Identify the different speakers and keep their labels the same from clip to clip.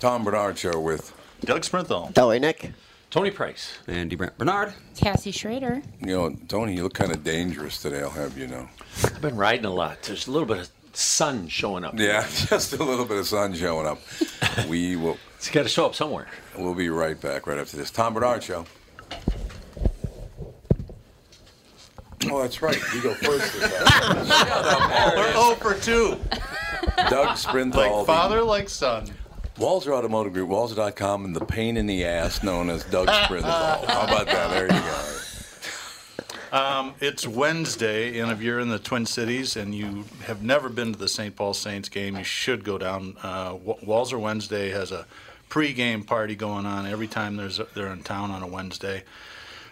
Speaker 1: Tom Bernard Show with
Speaker 2: Doug Sprinthal,
Speaker 3: Ellie Nick.
Speaker 4: Tony Price,
Speaker 5: Andy Brent Bernard.
Speaker 6: Cassie Schrader.
Speaker 1: you know Tony. You look kind of dangerous today. I'll have you know.
Speaker 4: I've been riding a lot. There's a little bit of sun showing up.
Speaker 1: Yeah, just a little bit of sun showing up. we will.
Speaker 4: It's got to show up somewhere.
Speaker 1: We'll be right back right after this. Tom Bernard Show. Oh, that's right. You go first. this time.
Speaker 2: We're 0 for 2.
Speaker 1: Doug Sprinthal.
Speaker 2: Like
Speaker 1: the
Speaker 2: father, like son.
Speaker 1: Walzer Automotive Group, Walzer.com, and the pain in the ass known as Doug Sprinthal. How about that? There you go.
Speaker 2: Um, it's Wednesday, and if you're in the Twin Cities and you have never been to the St. Paul Saints game, you should go down. Uh, Wa- Walzer Wednesday has a pre-game party going on every time there's a, they're in town on a Wednesday.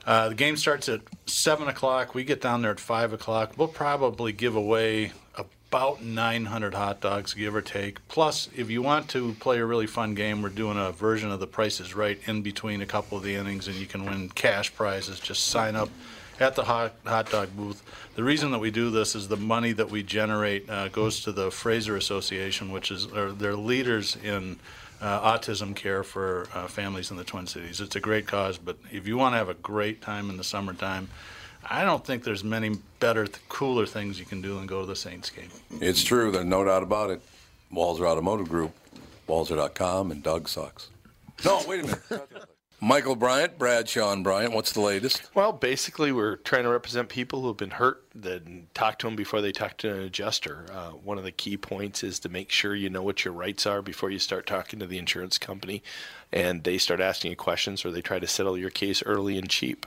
Speaker 2: Uh, the game starts at seven o'clock. We get down there at five o'clock. We'll probably give away about 900 hot dogs, give or take. Plus, if you want to play a really fun game, we're doing a version of the prices right in between a couple of the innings, and you can win cash prizes. Just sign up at the hot, hot dog booth. The reason that we do this is the money that we generate uh, goes to the Fraser Association, which is are, they're leaders in uh, autism care for uh, families in the Twin Cities. It's a great cause, but if you want to have a great time in the summertime, I don't think there's many better, th- cooler things you can do than go to the Saints game.
Speaker 1: It's true. There's no doubt about it. Walzer Automotive Group, Walzer.com, and Doug sucks. No, wait a minute. Michael Bryant, Brad Sean Bryant, what's the latest?
Speaker 7: Well, basically, we're trying to represent people who have been hurt, then talk to them before they talk to an adjuster. Uh, one of the key points is to make sure you know what your rights are before you start talking to the insurance company and they start asking you questions or they try to settle your case early and cheap.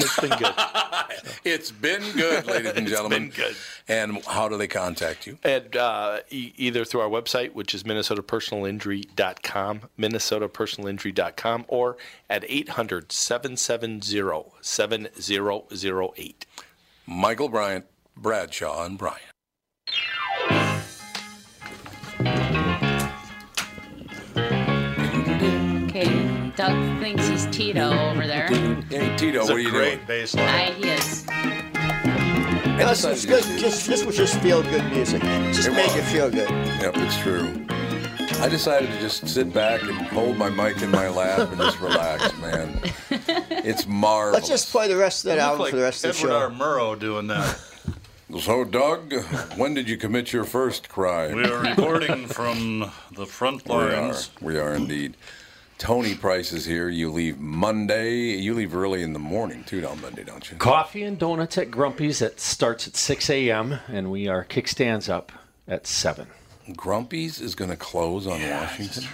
Speaker 7: It's been good.
Speaker 1: It's been good, ladies and gentlemen.
Speaker 7: been good.
Speaker 1: And how do they contact you?
Speaker 7: And uh, e- either through our website, which is minnesotapersonalinjury.com, minnesotapersonalinjury.com, or at 800-770-7008.
Speaker 1: Michael Bryant, Bradshaw, and Bryant.
Speaker 6: Okay, Doug thinks he's Tito over there.
Speaker 1: Hey, Tito,
Speaker 2: It's
Speaker 1: what are
Speaker 2: a
Speaker 1: you
Speaker 2: great
Speaker 1: doing?
Speaker 2: baseline.
Speaker 6: I, he is.
Speaker 3: This was, good. Just, this was just feel good music. Just
Speaker 1: It
Speaker 3: make
Speaker 1: was.
Speaker 3: you feel good.
Speaker 1: Yep, it's true. I decided to just sit back and hold my mic in my lap and just relax, man. It's marvelous.
Speaker 3: Let's just play the rest of that
Speaker 2: Look
Speaker 3: album
Speaker 2: like
Speaker 3: for the rest of the
Speaker 2: Edward R.
Speaker 3: show.
Speaker 2: Murrow doing that.
Speaker 1: So, Doug, when did you commit your first crime?
Speaker 2: we are reporting from the front
Speaker 1: We are.
Speaker 2: lines.
Speaker 1: We are indeed. Tony Price is here. You leave Monday. You leave early in the morning, too, on Monday, don't you?
Speaker 4: Coffee and donuts at Grumpy's. That starts at 6 a.m. and we are kickstands up at 7.
Speaker 1: Grumpy's is going to close on Washington.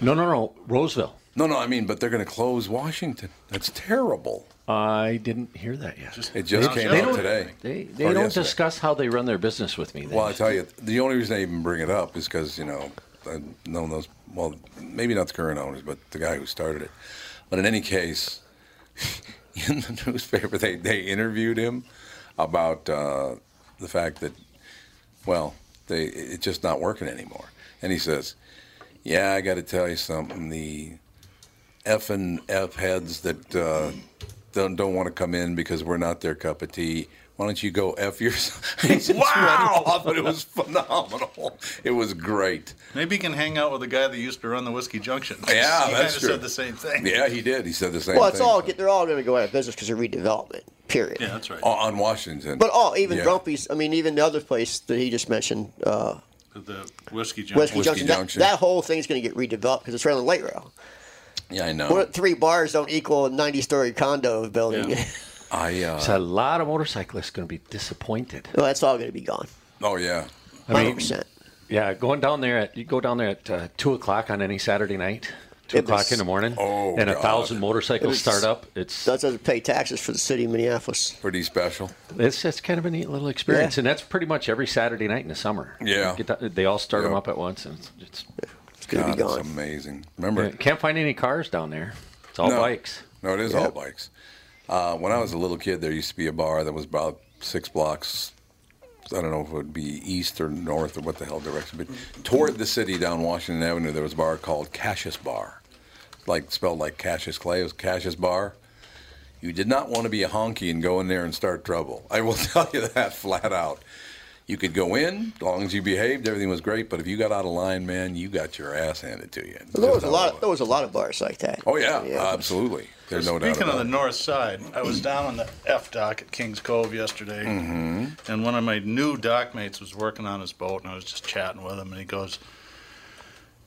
Speaker 4: No, no, no. Roseville.
Speaker 1: No, no, I mean, but they're going to close Washington. That's terrible.
Speaker 4: I didn't hear that yet.
Speaker 1: It just came
Speaker 2: they
Speaker 1: out
Speaker 2: don't-
Speaker 1: today. Oh,
Speaker 4: They, they
Speaker 1: Or
Speaker 4: don't
Speaker 1: yesterday.
Speaker 4: discuss how they run their business with me. They
Speaker 1: Well, I tell you, the only reason I even bring it up is because you know I've known those, well, maybe not the current owners, but the guy who started it. But in any case, in the newspaper, they, they interviewed him about uh, the fact that, well, they it's just not working anymore. And he says, Yeah, I got to tell you something. The F and F heads that uh, don't, don't want to come in because we're not their cup of tea. Why don't you go F yourself? He just
Speaker 7: Wow!
Speaker 1: went off, and it was phenomenal. It was great.
Speaker 2: Maybe you can hang out with the guy that used to run the Whiskey Junction.
Speaker 1: Yeah,
Speaker 2: he
Speaker 1: that's
Speaker 2: kinda
Speaker 1: true.
Speaker 2: said the same thing.
Speaker 1: Yeah, he did. He said the same
Speaker 3: Well, it's
Speaker 1: thing.
Speaker 3: all they're all going to go out of business because of redevelopment. Period.
Speaker 2: Yeah, that's right.
Speaker 1: O- on Washington.
Speaker 3: But all, even
Speaker 1: Yeah.
Speaker 3: Grumpy's. I mean, even the other place that he just mentioned, uh,
Speaker 2: The Whiskey Junction.
Speaker 3: Whiskey, Junction. that-
Speaker 1: Junction.
Speaker 3: That, whole thing's going to get redeveloped because it's right on the light rail.
Speaker 1: Yeah, I know.
Speaker 3: What- three bars don't equal a ninety-story condo building.
Speaker 2: Yeah.
Speaker 1: I uh,
Speaker 4: It's a lot of motorcyclists going to be disappointed.
Speaker 3: well, that's all going to be gone.
Speaker 1: oh yeah.
Speaker 4: mean-
Speaker 3: Hundred percent.
Speaker 4: Yeah, going down there at you go down there at uh, two o'clock on any Saturday night, two
Speaker 3: It
Speaker 4: o'clock
Speaker 3: was-
Speaker 4: in the morning,
Speaker 1: Oh,
Speaker 4: and a
Speaker 1: God.
Speaker 4: thousand motorcycles
Speaker 3: was-
Speaker 4: start up. It's
Speaker 3: That doesn't pay taxes for the city of Minneapolis.
Speaker 1: Pretty special.
Speaker 4: it's it's kind of a neat little experience,
Speaker 3: Yeah.
Speaker 4: and that's pretty much every Saturday night in the summer.
Speaker 1: Yeah.
Speaker 4: Get that- they all start them
Speaker 1: Yeah.
Speaker 4: up at once, and it's, it's
Speaker 3: It's going to
Speaker 1: God,
Speaker 3: be gone.
Speaker 1: it's amazing. Remember,
Speaker 4: yeah, can't find any cars down there. It's all
Speaker 1: No.
Speaker 4: bikes.
Speaker 1: No, it is all bikes. Uh, when I was a little kid, there used to be a bar that was about six blocks. I don't know if it would be east or north or what the hell direction, but toward the city down Washington Avenue, there was a bar called Cassius Bar, like spelled like Cassius Clay. It was Cassius Bar. You did not want to be a honky and go in there and start trouble. I will tell you that flat out. You could go in, as long as you behaved, everything was great. But if you got out of line, man, you got your ass handed to you.
Speaker 3: there was a lot. Of, there was a lot of bars like that.
Speaker 1: Oh yeah, absolutely. There's no doubt
Speaker 2: Speaking
Speaker 1: about
Speaker 2: of the
Speaker 1: it.
Speaker 2: north side, I was down on the F dock at Kings Cove yesterday,
Speaker 1: Mm-hmm.
Speaker 2: and one of my new dock mates was working on his boat, and I was just chatting with him, and he goes,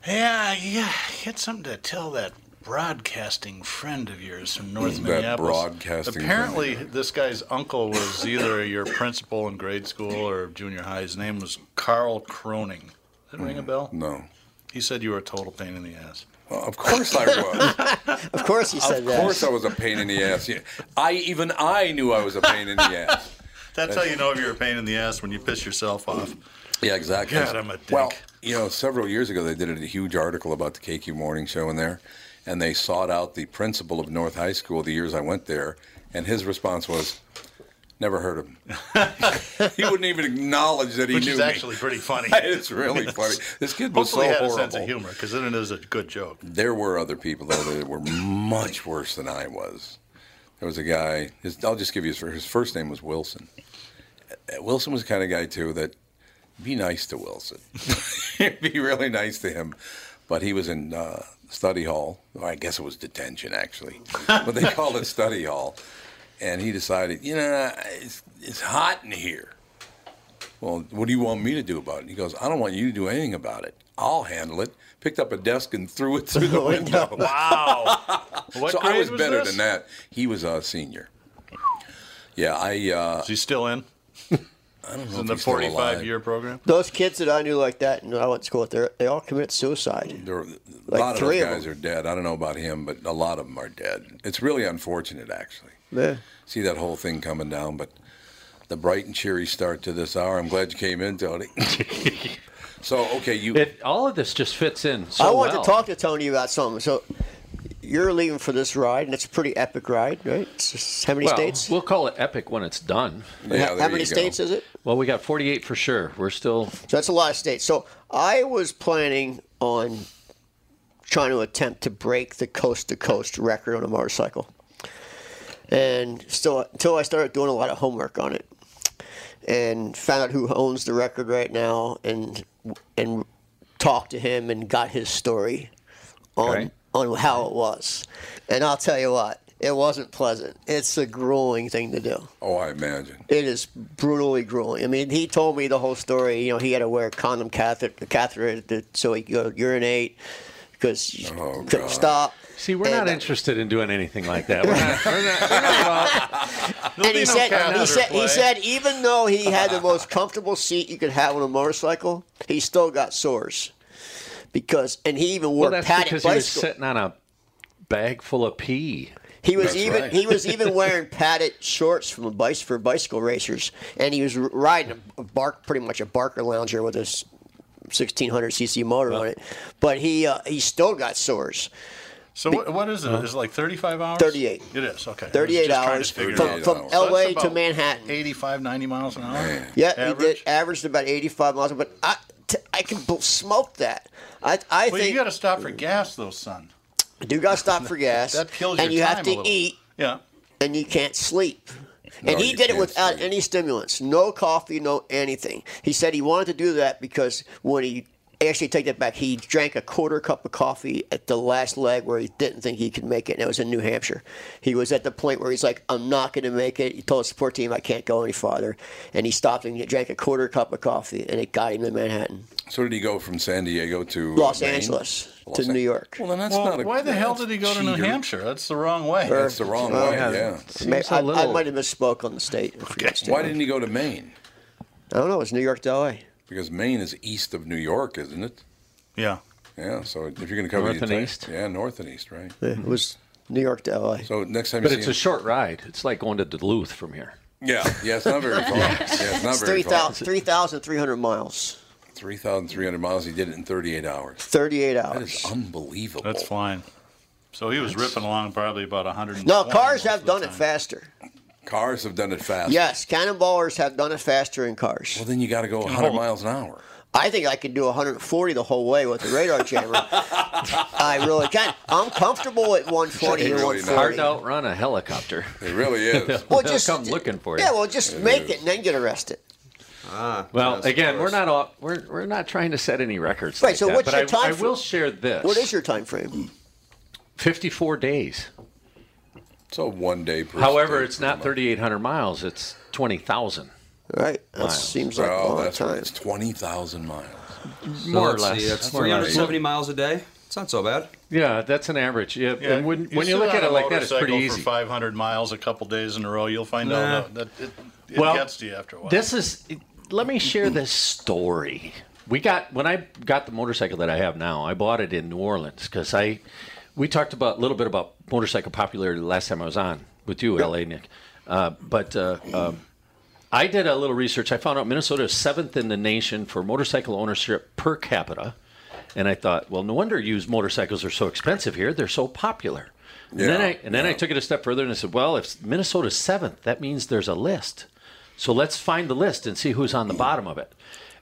Speaker 2: "Yeah, yeah, you got something to tell that." Broadcasting friend of yours from North
Speaker 1: That
Speaker 2: Minneapolis.
Speaker 1: broadcasting friend of
Speaker 2: Apparently, this guy's uncle was either your principal in grade school or junior high. His name was Carl Croning. Did it ring a bell?
Speaker 1: Mm, No.
Speaker 2: He said you were a total pain in the ass.
Speaker 1: Well, of course I was.
Speaker 3: Of course he said
Speaker 1: of
Speaker 3: that.
Speaker 1: course I was a pain in the ass. Yeah. I even I knew I was a pain in the ass.
Speaker 2: That's how you know if you're a pain in the ass when you piss yourself off.
Speaker 1: Yeah, exactly.
Speaker 2: God, I'm a dick.
Speaker 1: Well, you know, several years ago they did a huge article about the KQ Morning Show in there, and they sought out the principal of North High School the years I went there, and his response was, "Never heard of him." he wouldn't even acknowledge that he
Speaker 2: Which
Speaker 1: knew
Speaker 2: is
Speaker 1: me.
Speaker 2: actually pretty funny.
Speaker 1: it's really funny. This kid was
Speaker 2: Hopefully
Speaker 1: so
Speaker 2: had
Speaker 1: horrible.
Speaker 2: a sense of humor because then it is a good joke.
Speaker 1: There were other people though that were much worse than I was. There was a guy. His, I'll just give you his, fir- his first name was Wilson. Uh, Wilson was the kind of guy too that be nice to Wilson. be really nice to him. But he was in uh, study hall. Or I guess it was detention actually, but they called it study hall. And he decided, you know, it's, it's hot in here. Well, what do you want me to do about it? He goes, I don't want you to do anything about it. I'll handle it. Picked up a desk and threw it through the window.
Speaker 2: Wow. What
Speaker 1: So I
Speaker 2: grade
Speaker 1: was, better
Speaker 2: this?
Speaker 1: than that. He was a senior. Yeah, I. Uh,
Speaker 2: Is he still in? I don't know. In the
Speaker 1: he's still
Speaker 2: 45
Speaker 1: alive.
Speaker 2: year program?
Speaker 3: Those kids that I knew like that, and I went to school with, they're- they all committed suicide.
Speaker 1: there were, a
Speaker 3: Like
Speaker 1: lot of
Speaker 3: three
Speaker 1: those
Speaker 3: of
Speaker 1: guys
Speaker 3: them.
Speaker 1: are dead. I don't know about him, but a lot of them are dead. It's really unfortunate, actually.
Speaker 3: Yeah.
Speaker 1: See that whole thing coming down, but the bright and cheery start to this hour. I'm glad you came in, Tony. so okay, you.
Speaker 4: It all of this just fits in. So
Speaker 3: I wanted
Speaker 4: well.
Speaker 3: to talk to Tony about something. So you're leaving for this ride, and it's a pretty epic ride, right? It's just- how many
Speaker 4: Well,
Speaker 3: states?
Speaker 4: we'll call it epic when it's done.
Speaker 1: yeah,
Speaker 3: how
Speaker 1: there
Speaker 3: many
Speaker 1: you go.
Speaker 3: states is it?
Speaker 4: Well, we got 48 for sure. We're still
Speaker 3: So that's a lot of states. So I was planning on trying to attempt to break the coast to coast record on a motorcycle. And still, until I started doing a lot of homework on it and found out who owns the record right now and and talked to him and got his story on
Speaker 4: Okay.
Speaker 3: on how it was. And I'll tell you what, it wasn't pleasant. It's a grueling thing to do.
Speaker 1: Oh, I imagine.
Speaker 3: It is brutally grueling. I mean, he told me the whole story. You know, he had to wear a condom catheter, catheter to, so he could urinate because
Speaker 1: Oh,
Speaker 3: couldn't
Speaker 1: God.
Speaker 3: stop.
Speaker 4: See, we're not
Speaker 3: And- uh,
Speaker 4: interested in doing anything like that. We're not, we're not, we're not about-
Speaker 3: and he
Speaker 2: be no
Speaker 3: said,
Speaker 2: catheter
Speaker 3: he said,
Speaker 2: play.
Speaker 3: he said, even though he had the most comfortable seat you could have on a motorcycle, he still got sores because, and he even wore
Speaker 4: well, that's
Speaker 3: padded
Speaker 4: because
Speaker 3: bicycle.
Speaker 4: he was sitting on a bag full of pee.
Speaker 3: He was
Speaker 1: That's
Speaker 3: even
Speaker 1: right.
Speaker 3: he was even wearing padded shorts from a bice for bicycle racers, and he was r- riding a bark pretty much a barker lounger with his 1600 cc motor on it, but he uh, he still got sores.
Speaker 2: So what, what is it? Is it like 35 hours?
Speaker 3: 38.
Speaker 2: It is, okay. I was
Speaker 3: 38
Speaker 2: just trying to
Speaker 3: hours
Speaker 2: figure it
Speaker 3: from,
Speaker 2: out.
Speaker 3: from
Speaker 1: hours.
Speaker 2: So that's
Speaker 3: LA to
Speaker 2: about
Speaker 3: Manhattan.
Speaker 2: 85, 90 miles an hour.
Speaker 3: Yeah, he did
Speaker 2: Average?
Speaker 3: averaged about 85 miles, but I, t- I can b- smoke that. I, I
Speaker 2: Well,
Speaker 3: think
Speaker 2: you got to stop for gas, though, son.
Speaker 3: you do got to stop for gas,
Speaker 2: That kills your
Speaker 3: and you have
Speaker 2: time
Speaker 3: to
Speaker 2: a little.
Speaker 3: eat,
Speaker 2: Yeah.
Speaker 3: and you can't sleep. And
Speaker 1: No,
Speaker 3: he
Speaker 1: you
Speaker 3: did it
Speaker 1: can't
Speaker 3: without
Speaker 1: sleep.
Speaker 3: any stimulants, no coffee, no anything. He said he wanted to do that because when he actually take that back, he drank a quarter cup of coffee at the last leg where he didn't think he could make it, and it was in New Hampshire. He was at the point where he's like, "I'm not going to make it." He told the support team, "I can't go any farther," and he stopped and he drank a quarter cup of coffee, and it got him to Manhattan,
Speaker 1: So did he go from San Diego to uh,
Speaker 3: Los
Speaker 1: Maine?
Speaker 3: Angeles
Speaker 1: Los
Speaker 3: to
Speaker 1: An-
Speaker 3: New York.
Speaker 1: Well, then that's
Speaker 2: Well,
Speaker 1: not a,
Speaker 2: why the hell
Speaker 1: that's
Speaker 2: did he go to New
Speaker 1: cheater.
Speaker 2: Hampshire? That's the wrong way.
Speaker 3: Or-
Speaker 1: That's the wrong
Speaker 3: Oh,
Speaker 1: way. Yeah.
Speaker 4: Seems
Speaker 3: I,
Speaker 4: a little.
Speaker 3: I might have misspoke on the state. I forget the state.
Speaker 1: Why didn't he go to Maine?
Speaker 3: I don't know. It was New York to L.A.
Speaker 1: Because Maine is east of New York, isn't it?
Speaker 2: yeah.
Speaker 1: Yeah. So if you're going to cover
Speaker 4: North
Speaker 1: the
Speaker 4: and
Speaker 1: entire-
Speaker 4: east.
Speaker 1: yeah, north and east, right?
Speaker 3: It was New York to L.A.
Speaker 1: So next time
Speaker 4: But
Speaker 1: you
Speaker 4: it's
Speaker 1: see
Speaker 4: a
Speaker 1: him,
Speaker 4: short ride. It's like going to Duluth from here.
Speaker 1: yeah, yeah, it's not very far. yeah, it's not
Speaker 3: It's
Speaker 1: very far.
Speaker 3: 3,000 3,300 miles,
Speaker 1: Three thousand three hundred miles. He did it in thirty-eight hours.
Speaker 3: 38
Speaker 1: That
Speaker 3: hours.
Speaker 1: is unbelievable.
Speaker 2: That's fine. So he was ripping along probably about 100.
Speaker 3: No, cars have done it faster.
Speaker 1: Cars have done it fast.
Speaker 3: Yes, cannonballers have done it faster in cars.
Speaker 1: Well, then you got to go hundred
Speaker 4: Oh.
Speaker 1: miles an hour.
Speaker 3: I think I can do 140 the whole way with the radar jammer. I really can. I'm comfortable at 120
Speaker 1: It's
Speaker 3: or
Speaker 1: really not.
Speaker 3: 140.
Speaker 4: Hard to outrun a helicopter.
Speaker 1: It really is.
Speaker 3: Well,
Speaker 4: They'll come looking for you.
Speaker 3: Yeah, well, just make it and then get arrested.
Speaker 4: Well,
Speaker 7: Yes, of
Speaker 4: again, we're
Speaker 7: course.
Speaker 4: not all, we're we're not trying to set any records.
Speaker 3: Right,
Speaker 4: like
Speaker 3: so
Speaker 4: that,
Speaker 3: what's
Speaker 4: but
Speaker 3: your
Speaker 4: I,
Speaker 3: time
Speaker 4: I
Speaker 3: fr-
Speaker 4: will share this.
Speaker 3: What is your time frame?
Speaker 4: 54 days?
Speaker 1: so one day per.
Speaker 4: However,
Speaker 1: state,
Speaker 4: it's not
Speaker 1: pretty
Speaker 4: 3,800 miles. It's 20,000,
Speaker 3: All right, that
Speaker 4: Miles.
Speaker 3: seems like
Speaker 1: much.
Speaker 3: a
Speaker 1: Well,
Speaker 3: long
Speaker 1: that's right.
Speaker 3: time.
Speaker 1: It's twenty thousand miles.
Speaker 4: more or
Speaker 5: let's
Speaker 4: less.
Speaker 5: See, that's
Speaker 4: More or less.
Speaker 5: 370 miles a day. It's not so bad.
Speaker 4: Yeah, that's an average. Yeah, and when when you
Speaker 2: sit
Speaker 4: look
Speaker 2: on
Speaker 4: at
Speaker 2: a
Speaker 4: it like that, it's pretty
Speaker 2: motorcycle for
Speaker 4: easy.
Speaker 2: 500 miles a couple days in a row, you'll find
Speaker 5: Nah.
Speaker 2: out that that it, it
Speaker 4: Well,
Speaker 2: gets to you after a while.
Speaker 4: This is. Let me share this story. We got when I got the motorcycle that I have now. I bought it in New Orleans because I. We talked about a little bit about motorcycle popularity the last time I was on with you, LA Nick. Uh, but uh, um, I did a little research. I found out Minnesota is seventh in the nation for motorcycle ownership per capita. And I thought, well, no wonder used motorcycles are so expensive here. They're so popular. And then
Speaker 1: Yeah,
Speaker 4: I and then I took it a step further and I said, well, if Minnesota's seventh, that means there's a list. So let's find the list and see who's on the bottom of it.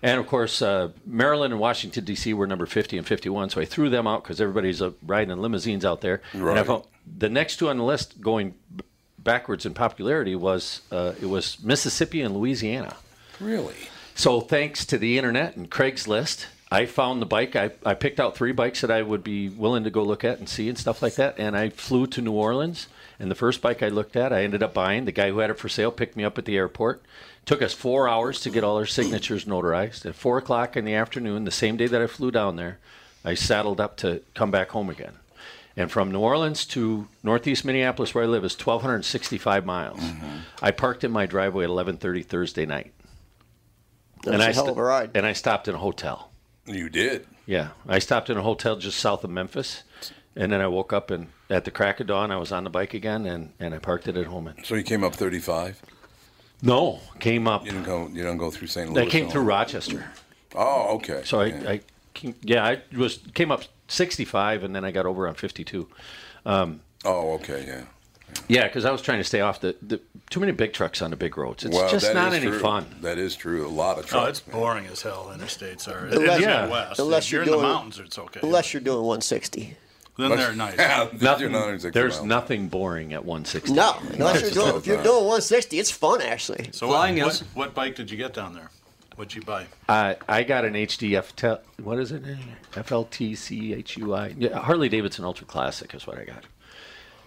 Speaker 4: And of course, uh, Maryland and Washington D.C. were number 50 and 51, so I threw them out because everybody's uh, riding in limousines out there. And I
Speaker 1: Right.
Speaker 4: found the next two on the list going b- backwards in popularity was uh, it was Mississippi and Louisiana.
Speaker 1: Really?
Speaker 4: So thanks to the internet and Craigslist, I found the bike. I, I picked out three bikes that I would be willing to go look at and see and stuff like that. And I flew to New Orleans. And the first bike I looked at, I ended up buying. The guy who had it for sale picked me up at the airport. Took us four hours to get all our signatures notarized. At four o'clock in the afternoon, the same day that I flew down there, I saddled up to come back home again. And from New Orleans to northeast Minneapolis, where I live, is 1,265 miles. I parked in my driveway at 11:30 Thursday night
Speaker 3: That's a hell
Speaker 4: sto-
Speaker 3: of a ride.
Speaker 4: And I stopped in a hotel.
Speaker 1: You did.
Speaker 4: Yeah, I stopped in a hotel just south of Memphis, and then I woke up and at the crack of dawn I was on the bike again, and, and I parked it at home. And
Speaker 1: So you came up thirty-five.
Speaker 4: no, came up.
Speaker 1: You didn't go. You don't go through St. Louis.
Speaker 4: I came
Speaker 1: no?
Speaker 4: through Rochester,
Speaker 1: Oh, okay.
Speaker 4: so I,
Speaker 1: Yeah.
Speaker 4: I came, yeah I was came up 65, and then I got over on 52.
Speaker 1: oh, okay. Yeah.
Speaker 4: Yeah, because I was trying to stay off the, the too many big trucks on the big roads. It's
Speaker 1: Well,
Speaker 4: just
Speaker 1: that
Speaker 4: not
Speaker 1: is
Speaker 4: any
Speaker 1: true.
Speaker 4: fun.
Speaker 1: That is true. A lot of
Speaker 2: oh, it's
Speaker 1: trucks. man.
Speaker 2: boring as hell. Interstates are.
Speaker 3: Unless-
Speaker 2: in the
Speaker 4: Yeah.
Speaker 2: West.
Speaker 3: Unless
Speaker 2: if
Speaker 3: you're
Speaker 2: you're in the
Speaker 3: doing-
Speaker 2: mountains, it's okay.
Speaker 3: Unless you're doing 160.
Speaker 2: then they're nice.
Speaker 1: Yeah,
Speaker 4: Nothing-
Speaker 1: you're not in six
Speaker 4: there's
Speaker 1: miles.
Speaker 4: nothing boring at 160.
Speaker 3: No, unless you're
Speaker 1: it's
Speaker 3: doing
Speaker 1: all
Speaker 3: if you're
Speaker 1: fine.
Speaker 3: doing 160, it's fun actually.
Speaker 2: So
Speaker 5: Flying
Speaker 2: what,
Speaker 5: is-
Speaker 2: what, what bike did you get down there? What'd you buy?
Speaker 4: I I got an HDF. Tel- what is it? FLTCHUI. Yeah, Harley Davidson Ultra Classic is what I got.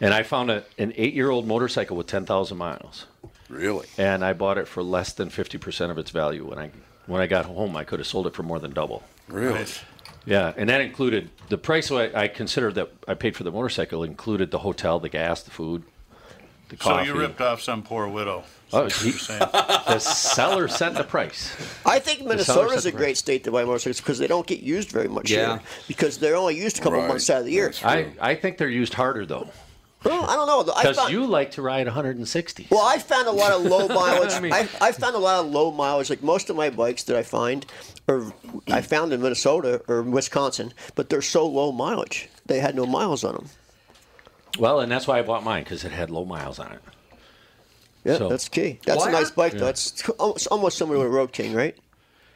Speaker 4: And I found a, an eight year old motorcycle with 10,000 miles.
Speaker 1: Really?
Speaker 4: And I bought it for less than 50% of its value. When I, when I got home, I could have sold it for more than double.
Speaker 1: Really?
Speaker 4: Yeah, and that included the price I, I considered that I paid for the motorcycle included the hotel, the gas, the food, the
Speaker 2: So
Speaker 4: coffee.
Speaker 2: you ripped off some poor widow.
Speaker 4: Oh, he-
Speaker 2: You're saying.
Speaker 4: the seller set the price.
Speaker 3: I think
Speaker 4: sellers
Speaker 3: Minnesota's
Speaker 4: set
Speaker 3: a
Speaker 4: the
Speaker 3: great state to buy motorcycles because they don't get used very much
Speaker 5: Yeah.
Speaker 3: here because they're only used a couple
Speaker 1: Right.
Speaker 3: months out of the year.
Speaker 1: That's
Speaker 4: I, I think they're used harder though.
Speaker 3: Well, I don't know. I
Speaker 4: Because
Speaker 3: found-
Speaker 4: you like to ride 160.
Speaker 3: Well, I found a lot of low mileage.
Speaker 4: I
Speaker 3: I,
Speaker 4: mean-
Speaker 3: I, found a lot of low mileage. Like most of my bikes that I find, or I found in Minnesota or Wisconsin, but they're so low mileage. They had no miles on them.
Speaker 4: Well, and that's why I bought mine because it had low miles on it.
Speaker 3: Yeah,
Speaker 4: So-
Speaker 3: that's key. That's
Speaker 5: Why
Speaker 3: a nice
Speaker 5: are-
Speaker 3: bike, though. It's almost, almost similar to a Road King, right?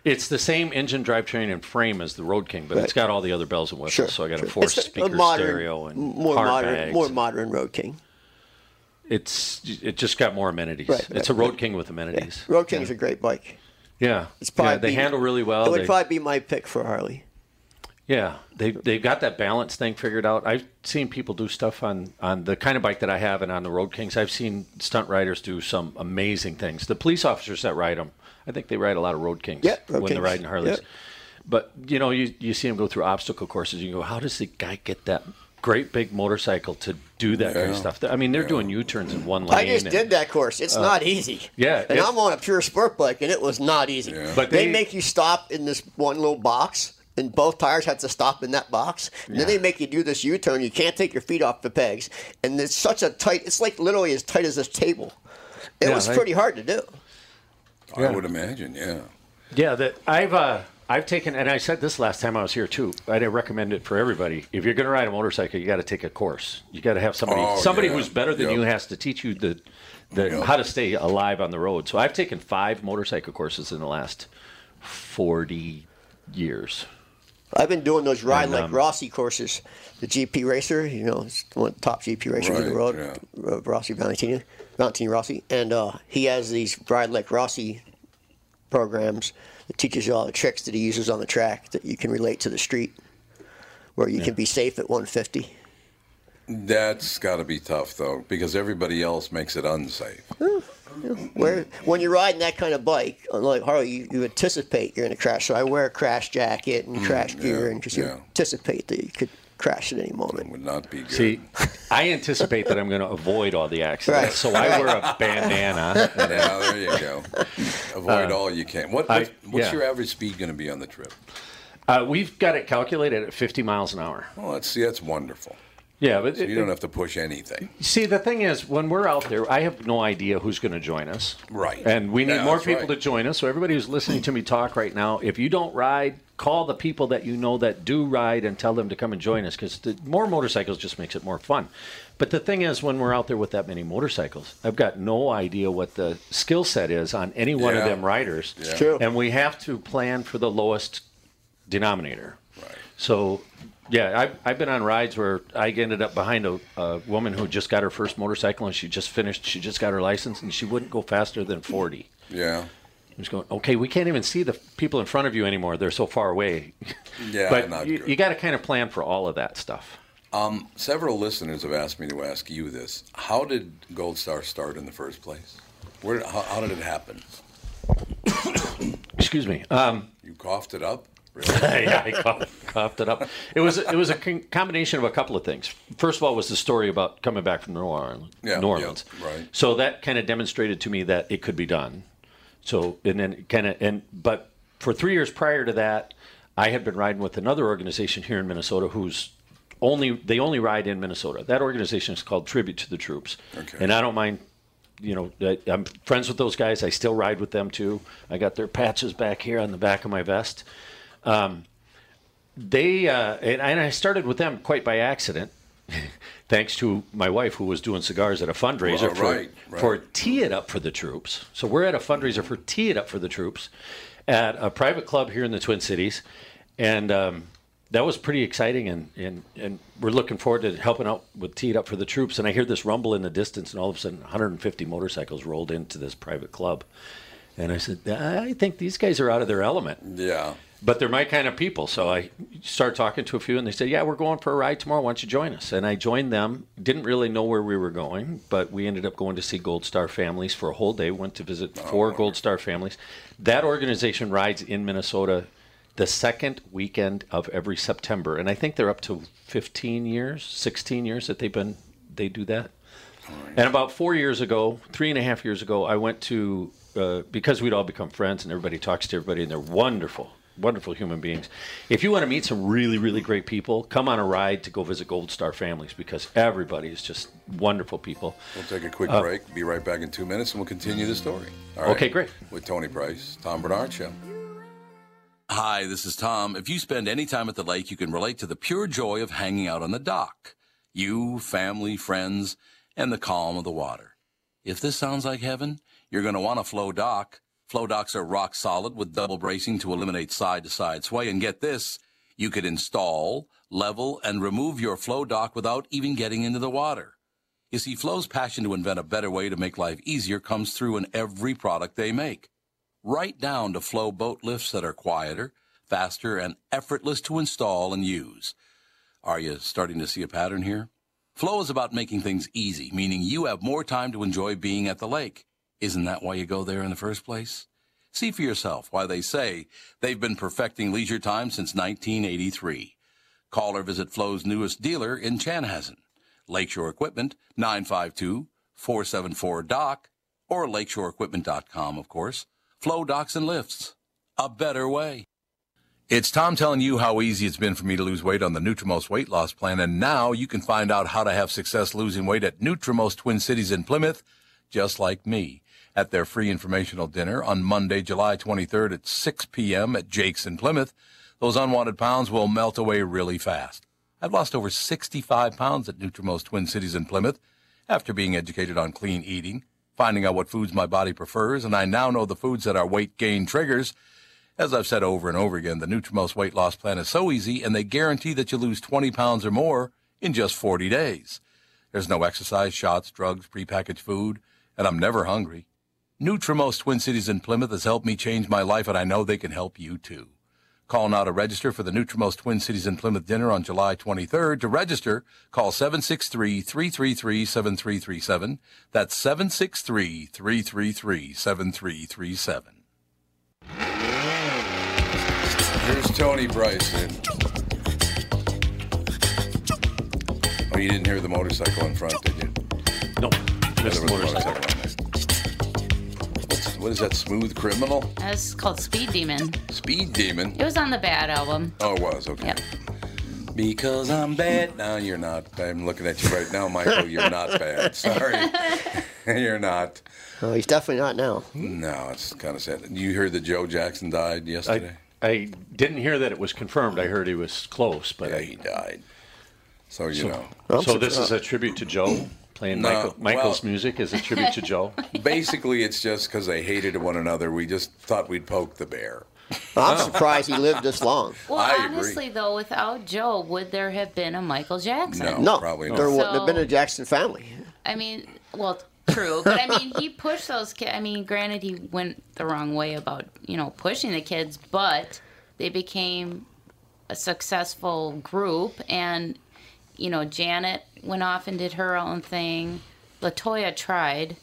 Speaker 4: It's the same engine, drivetrain, and frame as the Road King, but it's
Speaker 3: Right.
Speaker 4: got all the other bells and whistles.
Speaker 3: Sure.
Speaker 4: so I got
Speaker 3: sure.
Speaker 4: a four
Speaker 3: It's
Speaker 4: speaker
Speaker 3: modern-
Speaker 4: stereo and
Speaker 3: more
Speaker 4: car
Speaker 3: modern,
Speaker 4: bags.
Speaker 3: more modern Road King.
Speaker 4: It's it just got more amenities.
Speaker 3: Right,
Speaker 4: it's
Speaker 3: right,
Speaker 4: a Road
Speaker 3: right.
Speaker 4: King with
Speaker 3: Yeah.
Speaker 4: amenities.
Speaker 3: Road King's a great bike.
Speaker 4: Yeah,
Speaker 3: It's probably
Speaker 4: yeah, they
Speaker 3: be-
Speaker 4: handle really well.
Speaker 3: It would
Speaker 4: They-
Speaker 3: probably be my pick for Harley.
Speaker 4: Yeah, they they've got that balance thing figured out. I've seen people do stuff on on the kind of bike that I have and on the Road Kings. I've seen stunt riders do some amazing things. The police officers that ride them, I think they ride a lot of Road Kings
Speaker 3: Yep, Road
Speaker 4: when
Speaker 3: Kings.
Speaker 4: they're riding Harleys.
Speaker 3: Yep.
Speaker 4: But you know, you you see them go through obstacle courses. You go, how does the guy get that great big motorcycle to do that kind of
Speaker 1: Yeah.
Speaker 4: stuff? I mean, they're doing U turns in one lane.
Speaker 3: I just
Speaker 4: and- Uh,
Speaker 3: did that course. It's not easy.
Speaker 4: yeah,
Speaker 3: And
Speaker 4: it-
Speaker 3: I'm on a pure sport bike, and it was not easy.
Speaker 4: But
Speaker 3: they,
Speaker 4: they-
Speaker 3: make you stop in this one little box, and both tires have to stop in that box. And Then they make you do this U-turn. You can't take your feet off the pegs, and it's such a tight. It's like literally as tight as this table. It
Speaker 4: Yeah,
Speaker 3: was
Speaker 4: they-
Speaker 3: pretty hard to do.
Speaker 1: I would imagine, yeah.
Speaker 4: Yeah, that I've uh, I've taken, and I said this last time I was here too. I'd recommend it for everybody. If you're going to ride a motorcycle, you got to take a course. You got to have somebody
Speaker 1: Oh,
Speaker 4: somebody
Speaker 1: yeah.
Speaker 4: who's better than
Speaker 1: Yep.
Speaker 4: you has to teach you the the
Speaker 1: Yep.
Speaker 4: how to stay alive on the road. So I've taken five motorcycle courses in the last forty years.
Speaker 3: I've been doing those ride
Speaker 4: And,
Speaker 3: like
Speaker 4: um,
Speaker 3: Rossi courses, the GP racer. You know, it's one of the top GP racers in the
Speaker 1: Right,
Speaker 3: world,
Speaker 1: yeah.
Speaker 3: uh, Rossi Valentino, Valentino Rossi, and uh, he has these ride like Rossi programs that teaches you all the tricks that he uses on the track that you can relate to the street, where you can be safe at 150.
Speaker 1: That's got to be tough, though, because everybody else makes it unsafe.
Speaker 3: Where when you're riding that kind of bike, like Harley, you, you anticipate you're going to crash. So I wear a crash jacket and crash gear, and because
Speaker 1: Mm, yeah.
Speaker 3: you anticipate that you could crash at any moment.
Speaker 1: Would not be good.
Speaker 4: See, I anticipate that I'm going to avoid all the accidents,
Speaker 3: Right.
Speaker 4: so I wear a bandana. and a-
Speaker 1: Yeah, there you go. Avoid all you can. What,
Speaker 4: I-
Speaker 1: what what's
Speaker 4: yeah.
Speaker 1: your average speed going to be on the trip?
Speaker 4: Uh, we've got it calculated at 50 miles an hour.
Speaker 1: Well, let's see. That's wonderful.
Speaker 4: Yeah, but it-
Speaker 1: You don't have to push anything.
Speaker 4: See, the thing is, when we're out there, I have no idea who's going to join us.
Speaker 1: Right.
Speaker 4: And we need
Speaker 1: Yeah,
Speaker 4: more
Speaker 1: that's
Speaker 4: people
Speaker 1: right.
Speaker 4: to join us. So everybody who's listening to me talk right now, if you don't ride, call the people that you know that do ride and tell them to come and join us because more motorcycles just makes it more fun. But the thing is, when we're out there with that many motorcycles, I've got no idea what the skill set is on any one of
Speaker 1: Yeah.
Speaker 4: them riders.
Speaker 1: It's
Speaker 3: true.
Speaker 4: And we have to plan for the lowest denominator.
Speaker 1: Right.
Speaker 4: So, yeah, I've, I've been on rides where I ended up behind a, a woman who just got her first motorcycle and she just finished, she just got her license and she wouldn't go faster than 40.
Speaker 1: Yeah.
Speaker 4: I'm just going, okay, we can't even see the people in front of you anymore. They're so far away.
Speaker 1: Yeah,
Speaker 4: but
Speaker 1: not
Speaker 4: you,
Speaker 1: good. Um,
Speaker 4: you got to kind of plan for all of that stuff.
Speaker 1: Several listeners have asked me to ask you this. How did Gold Star start in the first place? Where? How, how did it happen?
Speaker 4: Excuse me. Um,
Speaker 1: You coughed it up. Really?
Speaker 4: yeah, I coughed, coughed it up. It was it was a con- combination of a couple of things. First of all, was the story about coming back from New Orleans.
Speaker 1: Yeah,
Speaker 4: New Orleans.
Speaker 1: yeah, right.
Speaker 4: So that kind of demonstrated to me that it could be done. So and then kind of and but for three years prior to that, I had been riding with another organization here in Minnesota who's only they only ride in Minnesota. That organization is called Tribute to the Troops,
Speaker 1: Okay.
Speaker 4: and I don't mind. You know, I- I'm friends with those guys. I still ride with them too. I got their patches back here on the back of my vest Um, they uh, and, and I started with them quite by accident, thanks to my wife who was doing cigars at a fundraiser
Speaker 1: Well,
Speaker 4: for
Speaker 1: right, right.
Speaker 4: for Tee It Up for the Troops. So we're at a fundraiser for Tee It Up for the Troops at a private club here in the Twin Cities, and um, that was pretty exciting. And, and and we're looking forward to helping out with Tee It Up for the Troops. And I hear this rumble in the distance, and all of a sudden, 150 motorcycles rolled into this private club. And I said, I think these guys are out of their element
Speaker 1: Yeah.
Speaker 4: but they're my kind of people. So I started talking to a few, and they said, "Yeah, we're going for a ride tomorrow. Why don't you join us?" And I joined them. Didn't really know where we were going, but we ended up going to see Gold Star families for a whole day. Went to visit four Gold Star families. That organization rides in Minnesota the second weekend of every September, and I think they're up to 15 years, 16 years that they've been they do that. And about four years ago, three and a half years ago, I went to uh, because we'd all become friends and everybody talks to everybody and they're wonderful, wonderful human beings. If you want to meet some really, really great people, come on a ride to go visit Gold Star families because everybody is just wonderful people.
Speaker 1: We'll take a quick
Speaker 4: Uh,
Speaker 1: break. Be right back in two minutes, and we'll continue the story. All right?
Speaker 4: Okay, great.
Speaker 1: With Tony Price, Tom Bernard Show. Hi, this is Tom. If you spend any time at the lake, you can relate to the pure joy of hanging out on the dock. You, family, friends, and the calm of the water. If this sounds like heaven, you're going to want a flow dock. Flow docks are rock solid with double bracing to eliminate side to side sway. And get this, you could install, level, and remove your flow dock without even getting into the water. You see, Flow's passion to invent a better way to make life easier comes through in every product they make. Right down to Flow boat lifts that are quieter, faster, and effortless to install and use. Are you starting to see a pattern here? Flow is about making things easy, meaning you have more time to enjoy being at the lake. Isn't that why you go there in the first place? See for yourself why they say they've been perfecting leisure time since 1983. Call or visit Flow's newest dealer in Chanhassen. Lakeshore Equipment, 952-474-DOC, or lakeshoreequipment.com, of course. Flow Docks and Lifts, a better way. It's Tom telling you how easy it's been for me to lose weight on the Nutrimost weight loss plan, and now you can find out how to have success losing weight at Nutrimost Twin Cities in Plymouth, just like me, at their free informational dinner on Monday, July 23rd at 6 p.m. at Jake's in Plymouth. Those unwanted pounds will melt away really fast. I've lost over 65 pounds at Nutrimost Twin Cities in Plymouth after being educated on clean eating, finding out what foods my body prefers, and I now know the foods that our weight gain triggers. As I've said over and over again, the Nutrimost weight loss plan is so easy, and they guarantee that you lose 20 pounds or more in just 40 days. There's no exercise, shots, drugs, prepackaged food, and I'm never hungry. Nutrimost Twin Cities in Plymouth has helped me change my life, and I know they can help you too. Call now to register for the Nutrimost Twin Cities in Plymouth dinner on July 23rd. To register, call 763-333-7337. That's 763-333-7337. Here's Tony Bryson. Oh, you didn't hear the motorcycle in front, did you?
Speaker 4: No,
Speaker 1: missed the motorcycle. on there. What's- What is that, Smooth Criminal?
Speaker 6: That's called Speed Demon.
Speaker 1: Speed Demon?
Speaker 6: It was on the Bad album.
Speaker 1: Oh, it was. Okay.
Speaker 6: Yep.
Speaker 1: Because I'm bad. No, you're not. I'm looking at you right now, Michael. You're not bad. Sorry. you're not.
Speaker 3: Oh, he's definitely not now.
Speaker 1: No, it's kind of sad. You heard that Joe Jackson died yesterday?
Speaker 4: I didn't hear that it was confirmed. I heard he was close, but
Speaker 1: yeah, he died. So, you know.
Speaker 4: So this is a tribute to Joe playing
Speaker 1: No,
Speaker 4: Michael, Michael's
Speaker 1: well-
Speaker 4: music is a tribute to Joe.
Speaker 1: Basically, it's just because they hated one another. We just thought we'd poke the bear.
Speaker 3: I'm surprised he lived this long.
Speaker 6: Well,
Speaker 1: I agree.
Speaker 6: honestly, though, without Joe, would there have been a Michael Jackson?
Speaker 1: No,
Speaker 3: No,
Speaker 1: probably
Speaker 3: there
Speaker 1: not.
Speaker 3: wouldn't have been a Jackson family.
Speaker 6: I mean, well, true, but I mean, he pushed those kids. I mean, granted, he went the wrong way about you know pushing the kids, but they became a successful group, and you know, Janet went off and did her own thing. Latoya tried.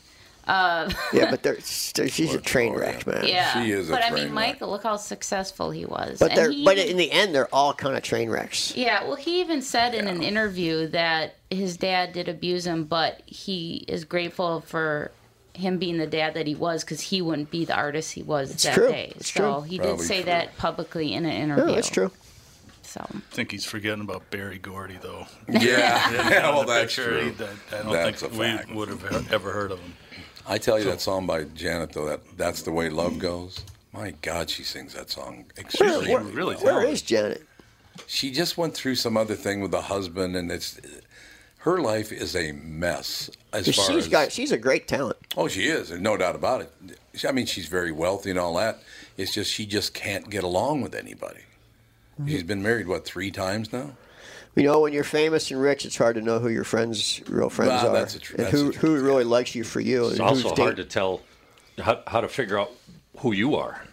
Speaker 6: Uh,
Speaker 3: Yeah, but there, there, she's a train wreck, man.
Speaker 6: Yeah,
Speaker 1: She is a
Speaker 6: but I
Speaker 1: train
Speaker 6: mean,
Speaker 1: wreck.
Speaker 6: Michael, look how successful he was.
Speaker 3: But
Speaker 6: And
Speaker 3: they're,
Speaker 6: he
Speaker 3: but
Speaker 6: even-
Speaker 3: in the end, they're all kind of train wrecks.
Speaker 6: Yeah, well, he even said in an interview that his dad did abuse him, but he is grateful for him being the dad that he was because he wouldn't be the artist he was that
Speaker 3: true.
Speaker 6: day.
Speaker 3: It's
Speaker 6: so
Speaker 3: true.
Speaker 6: he
Speaker 1: Probably
Speaker 6: did say
Speaker 1: true.
Speaker 6: that publicly in an
Speaker 3: Yeah,
Speaker 6: interview.
Speaker 3: that's true.
Speaker 6: So
Speaker 2: I think he's forgetting about Barry Gordy, though.
Speaker 1: Yeah. yeah, well,
Speaker 2: The
Speaker 1: that's
Speaker 2: picture,
Speaker 1: true.
Speaker 2: he- that- I don't
Speaker 1: That's
Speaker 2: think
Speaker 1: a
Speaker 2: we
Speaker 1: fact.
Speaker 2: would have ever heard of him.
Speaker 1: I tell you that song by Janet though that that's the way love goes. My God, she sings that song extremely
Speaker 3: Where-
Speaker 1: really well.
Speaker 3: Where is Janet?
Speaker 1: She just went through some other thing with the husband, and it's her life is a mess as far
Speaker 3: She's
Speaker 1: as
Speaker 3: got. She's a great talent.
Speaker 1: oh she is, and no doubt about it. She- I mean, she's very wealthy and all that. It's just she just can't get along with anybody. She's been married what three times now.
Speaker 3: You know, when you're famous and rich, it's hard to know who your friends, real friends
Speaker 1: Well,
Speaker 3: are,
Speaker 1: that's a tr-
Speaker 3: and
Speaker 1: that's
Speaker 3: who
Speaker 1: a tr-
Speaker 3: who really likes you for you.
Speaker 4: It's
Speaker 3: and
Speaker 4: also
Speaker 3: who's
Speaker 4: hard to
Speaker 3: dating-
Speaker 4: tell how, how to figure out who you are.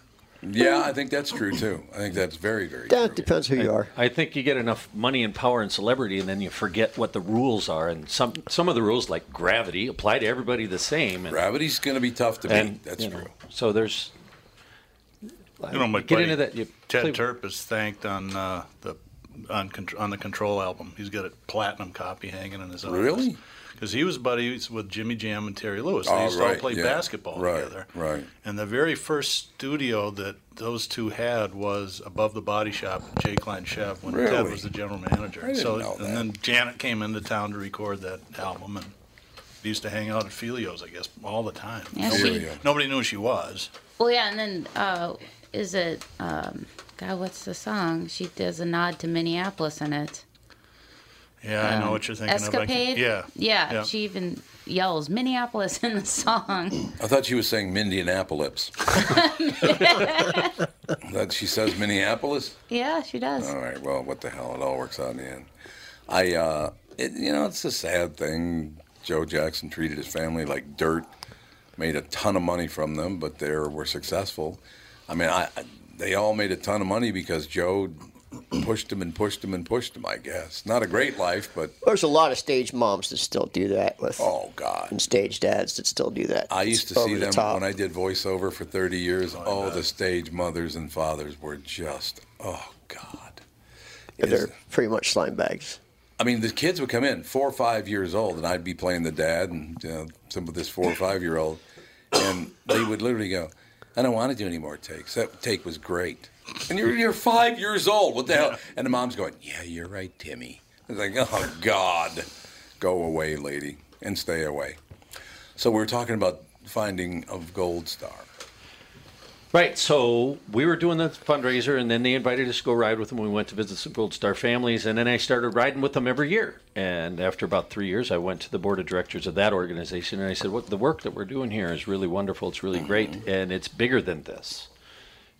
Speaker 1: Yeah, I think that's true too. I think that's very very
Speaker 3: That
Speaker 1: true.
Speaker 3: depends who you are.
Speaker 4: I think you get enough money and power and celebrity, and then you forget what the rules are. And some some of the rules, like gravity, apply to everybody the same. And,
Speaker 1: Gravity's going to be tough to
Speaker 4: and,
Speaker 1: beat. That's
Speaker 4: you know,
Speaker 1: true.
Speaker 4: So there's
Speaker 2: You know, my
Speaker 4: get
Speaker 2: buddy
Speaker 4: into that. You
Speaker 2: Ted
Speaker 4: play-
Speaker 2: Turp is thanked on uh, the on contr- on the Control album. He's got a platinum copy hanging in his office.
Speaker 1: Really?
Speaker 2: Because he was buddies with Jimmy Jam and Terry Lewis. They
Speaker 1: Oh,
Speaker 2: used to all
Speaker 1: right,
Speaker 2: play
Speaker 1: yeah,
Speaker 2: basketball
Speaker 1: right,
Speaker 2: together.
Speaker 1: right.
Speaker 2: And the very first studio that those two had was above the body shop at Jay Klein Chef when Ted
Speaker 1: Really?
Speaker 2: was the general manager.
Speaker 1: I didn't
Speaker 2: so
Speaker 1: know that.
Speaker 2: and then Janet came into town to record that album and they used to hang out at Filio's, I guess, all the time.
Speaker 6: Yeah,
Speaker 2: nobody,
Speaker 6: she-
Speaker 2: nobody knew who she was.
Speaker 6: Well, yeah, and then uh, is it um, God? What's the song? She does a nod to Minneapolis in it.
Speaker 2: Yeah, I know what you're thinking of. I can-
Speaker 6: Escapade.
Speaker 2: Yeah.
Speaker 6: yeah, She even yells Minneapolis in the song.
Speaker 1: I thought she was saying Mindianapolis. that she says Minneapolis.
Speaker 6: yeah, she does.
Speaker 1: All right. Well, what the hell? It all works out in the end. I, uh, it, you know, it's a sad thing. Joe Jackson treated his family like dirt, made a ton of money from them, but they were successful. I mean, I, I- they all made a ton of money because Joe pushed them and pushed them and pushed them. I guess not a great life, but
Speaker 3: There's a lot of stage moms that still do that with
Speaker 1: oh god.
Speaker 3: and stage dads that still do that.
Speaker 1: I
Speaker 3: It's
Speaker 1: used to see
Speaker 3: over the
Speaker 1: them
Speaker 3: top.
Speaker 1: when I did voiceover for 30 years. Oh, the stage mothers and fathers were just, oh, God.
Speaker 3: But
Speaker 1: Is-
Speaker 3: they're pretty much slime bags.
Speaker 1: I mean, the kids would come in four or five years old, and I'd be playing the dad and uh, some of this four or five year old, and they would literally go, I don't want to do any more takes. That take was great. And you're, you're five years old. What the hell? And the mom's going, Yeah, you're right, Timmy. It's like, Oh, God. Go away, lady, and stay away. So we were talking about finding of Gold Star.
Speaker 4: Right, so we were doing the fundraiser, and then they invited us to go ride with them. We went to visit some Gold Star families, and then I started riding with them every year. And after about three years, I went to the board of directors of that organization, and I said, "What the work that we're doing here is really wonderful. It's really great, and it's bigger than this.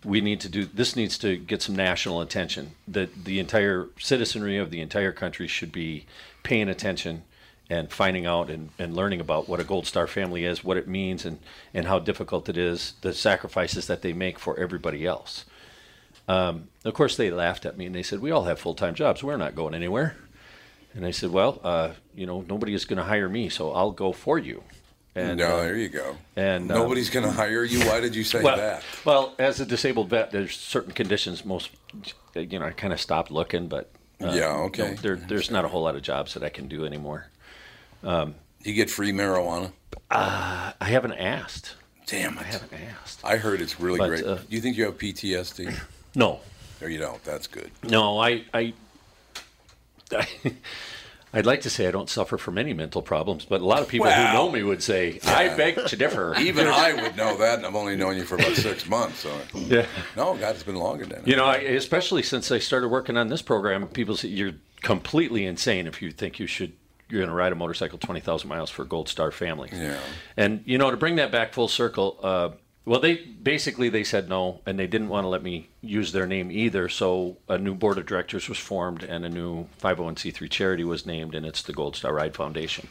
Speaker 4: We need to do this. Needs to get some national attention. That the entire citizenry of the entire country should be paying attention." and finding out and, and learning about what a gold star family is, what it means, and, and how difficult it is, the sacrifices that they make for everybody else. Um, of course, they laughed at me and they said, We all have full time jobs. We're not going anywhere. And I said, Well, uh, you know, nobody is going to hire me, so I'll go for you. And,
Speaker 1: no,
Speaker 4: uh,
Speaker 1: there you go.
Speaker 4: and, um,
Speaker 1: nobody's going to hire you. Why did you say
Speaker 4: well,
Speaker 1: that?
Speaker 4: well, as a disabled vet, there's certain conditions. Most, you know, I kind of stopped looking, but
Speaker 1: Yeah,
Speaker 4: no,
Speaker 1: okay.
Speaker 4: there, there's not a whole lot of jobs that I can do anymore. Um,
Speaker 1: You get free marijuana.
Speaker 4: Uh, I haven't asked.
Speaker 1: Damn
Speaker 4: I
Speaker 1: it!
Speaker 4: haven't asked.
Speaker 1: I heard it's really
Speaker 4: But,
Speaker 1: great.
Speaker 4: uh,
Speaker 1: Do you think you have PTSD?
Speaker 4: No,
Speaker 1: Or you don't. That's good.
Speaker 4: no, I, I, I would like to say I don't suffer from any mental problems, but a lot of people
Speaker 1: Wow.
Speaker 4: who know me would say I beg to differ.
Speaker 1: Even I would know that, and I've only known you for about six months. So,
Speaker 4: Yeah.
Speaker 1: no, God, it's been longer than that.
Speaker 4: You know, I, especially since I started working on this program, people say you're completely insane if you think you should you're going to ride a motorcycle 20,000 miles for Gold Star families.
Speaker 1: Yeah.
Speaker 4: And you know, to bring that back full circle, uh, well, they basically they said no, and they didn't want to let me use their name either. So a new board of directors was formed, and a new 501c3 charity was named, and it's the Gold Star Ride Foundation.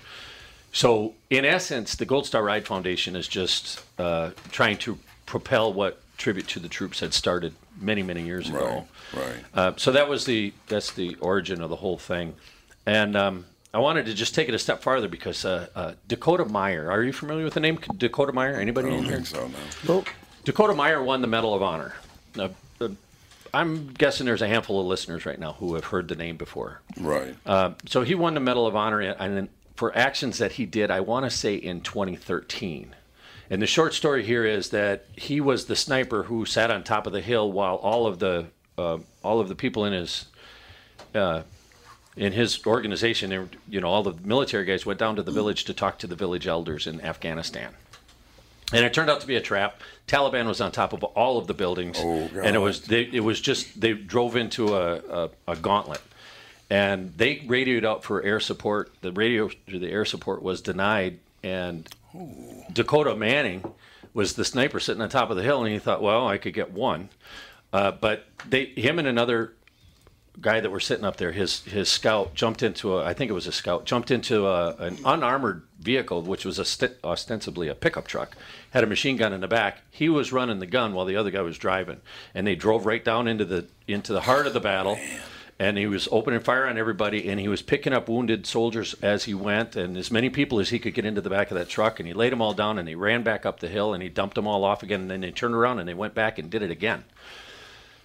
Speaker 4: So, in essence, the Gold Star Ride Foundation is just uh, trying to propel what Tribute to the Troops had started many, many years ago.
Speaker 1: Right, right.
Speaker 4: Uh, so that was the that's the origin of the whole thing, and um, I wanted to just take it a step farther because uh, uh, Dakota Meyer. Are you familiar with the name Dakota Meyer? Anybody
Speaker 1: I
Speaker 4: in
Speaker 1: don't
Speaker 4: here?
Speaker 1: think so. No.
Speaker 4: Dakota Meyer won the Medal of Honor. Uh, uh, I'm guessing there's a handful of listeners right now who have heard the name before.
Speaker 1: Right.
Speaker 4: Uh, so he won the Medal of Honor and then for actions that he did, I want to say in 2013. And the short story here is that he was the sniper who sat on top of the hill while all of the uh, all of the people in his uh, in his organization, they were- you know, all the military guys went down to the village to talk to the village elders in Afghanistan. And it turned out to be a trap. Taliban was on top of all of the buildings,
Speaker 1: Oh,
Speaker 4: and it
Speaker 1: God.
Speaker 4: was they, it was just they drove into a, a, a gauntlet, and they radioed out for air support. The radio the air support was denied, and Dakota Manning was the sniper sitting on top of the hill, and he thought, well, I could get one, uh, but they him and another guy that were sitting up there, his his scout jumped into a, I think it was a scout, jumped into a, an unarmored vehicle, which was ost- ostensibly a pickup truck, had a machine gun in the back. He was running the gun while the other guy was driving, and they drove right down into the into the heart of the battle. And he was opening fire on everybody, and he was picking up wounded soldiers as he went, and as many people as he could get into the back of that truck. And he laid them all down, and he ran back up the hill, and he dumped them all off again. And then they turned around and they went back and did it again.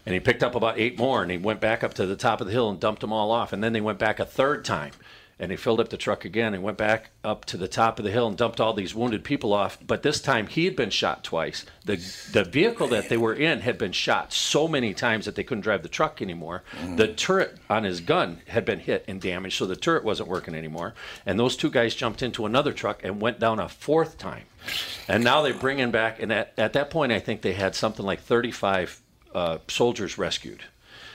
Speaker 4: and he picked up about eight more, and he went back up to the top of the hill and dumped them all off, and then they went back a third time, and he filled up the truck again and went back up to the top of the hill and dumped all these wounded people off. But this time he had been shot twice. The the vehicle that they were in had been shot so many times that they couldn't drive the truck anymore. The turret on his gun had been hit and damaged, so the turret wasn't working anymore. And those two guys jumped into another truck and went down a fourth time. And now they bring in back, and at, at that point, I think they had something like 35 uh, soldiers rescued.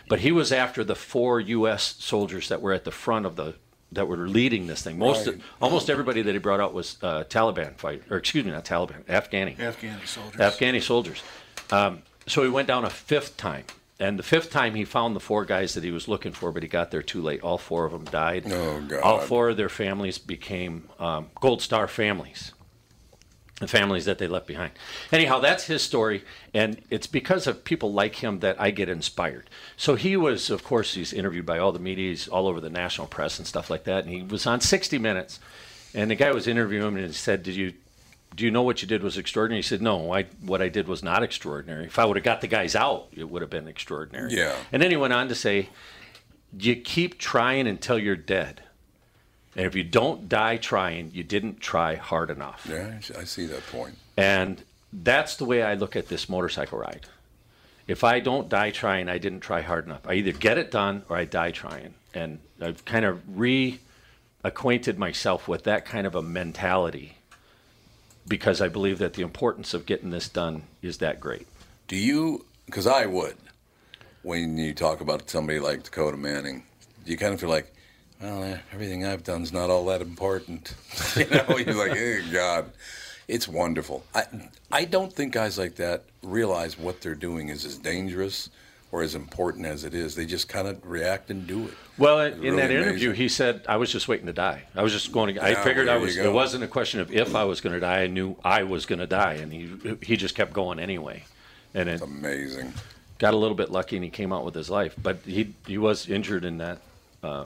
Speaker 4: But he was after the four U.S. soldiers that were at the front of the that were leading this thing. Most,
Speaker 2: Right.
Speaker 4: almost everybody that he brought out was uh, Taliban fight, or excuse me, not Taliban, Afghani.
Speaker 2: Afghani soldiers.
Speaker 4: Afghani soldiers. Um, so he went down a fifth time. And the fifth time he found the four guys that he was looking for, but he got there too late. All four of them died.
Speaker 1: Oh, God.
Speaker 4: All four of their families became um, Gold Star families, the families that they left behind. Anyhow, that's his story. And it's because of people like him that I get inspired. So he was, of course, he's interviewed by all the media, he's all over the national press and stuff like that. And he was on 60 Minutes. And the guy was interviewing him and he said, Did you do you know what you did was extraordinary? He said, no, I, what I did was not extraordinary. If I would have got the guys out, it would have been extraordinary.
Speaker 1: Yeah.
Speaker 4: And then he went on to say, you keep trying until you're dead. And if you don't die trying, you didn't try hard enough.
Speaker 1: Yeah, I- I see that point.
Speaker 4: And that's the way I look at this motorcycle ride. If I don't die trying, I didn't try hard enough. I either get it done or I die trying. And I've kind of reacquainted myself with that kind of a mentality because I believe that the importance of getting this done is that great.
Speaker 1: Do you? Because I would. When you talk about somebody like Dakota Manning, you kind of feel like, well, eh, everything I've done's not all that important. you know, you're like, eh, God, it's wonderful. I, I don't think guys like that realize what they're doing is as dangerous or as important as it is. They just kind of react and do it.
Speaker 4: Well, in,
Speaker 1: Really
Speaker 4: in that
Speaker 1: amazing.
Speaker 4: interview, he said, "I was just waiting to die. I was just going. To, I
Speaker 1: Yeah,
Speaker 4: figured I
Speaker 1: there you
Speaker 4: was.
Speaker 1: go.
Speaker 4: It wasn't a question of if I was going to die. I knew I was going to die, and he he just kept going anyway. And it
Speaker 1: Amazing.
Speaker 4: got a little bit lucky, and he came out with his life. But he he was injured in that um,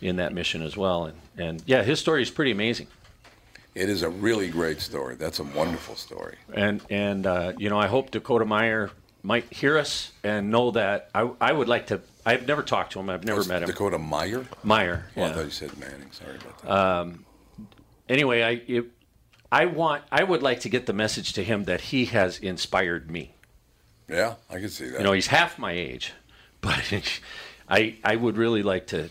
Speaker 4: in that mission as well. And and yeah, his story is pretty amazing.
Speaker 1: It is a really great story. That's a wonderful story.
Speaker 4: and and uh, you know I hope Dakota Meyer might hear us and know that I I would like to. I've never talked to him. I've never
Speaker 1: That's
Speaker 4: met him.
Speaker 1: Dakota Meyer?
Speaker 4: Meyer.
Speaker 1: Oh, I
Speaker 4: yeah.
Speaker 1: thought you said Manning. Sorry about that.
Speaker 4: Um, Anyway, I it, I want I would like to get the message to him that he has inspired me.
Speaker 1: yeah, I can see that.
Speaker 4: You know, he's half my age, but I I would really like to.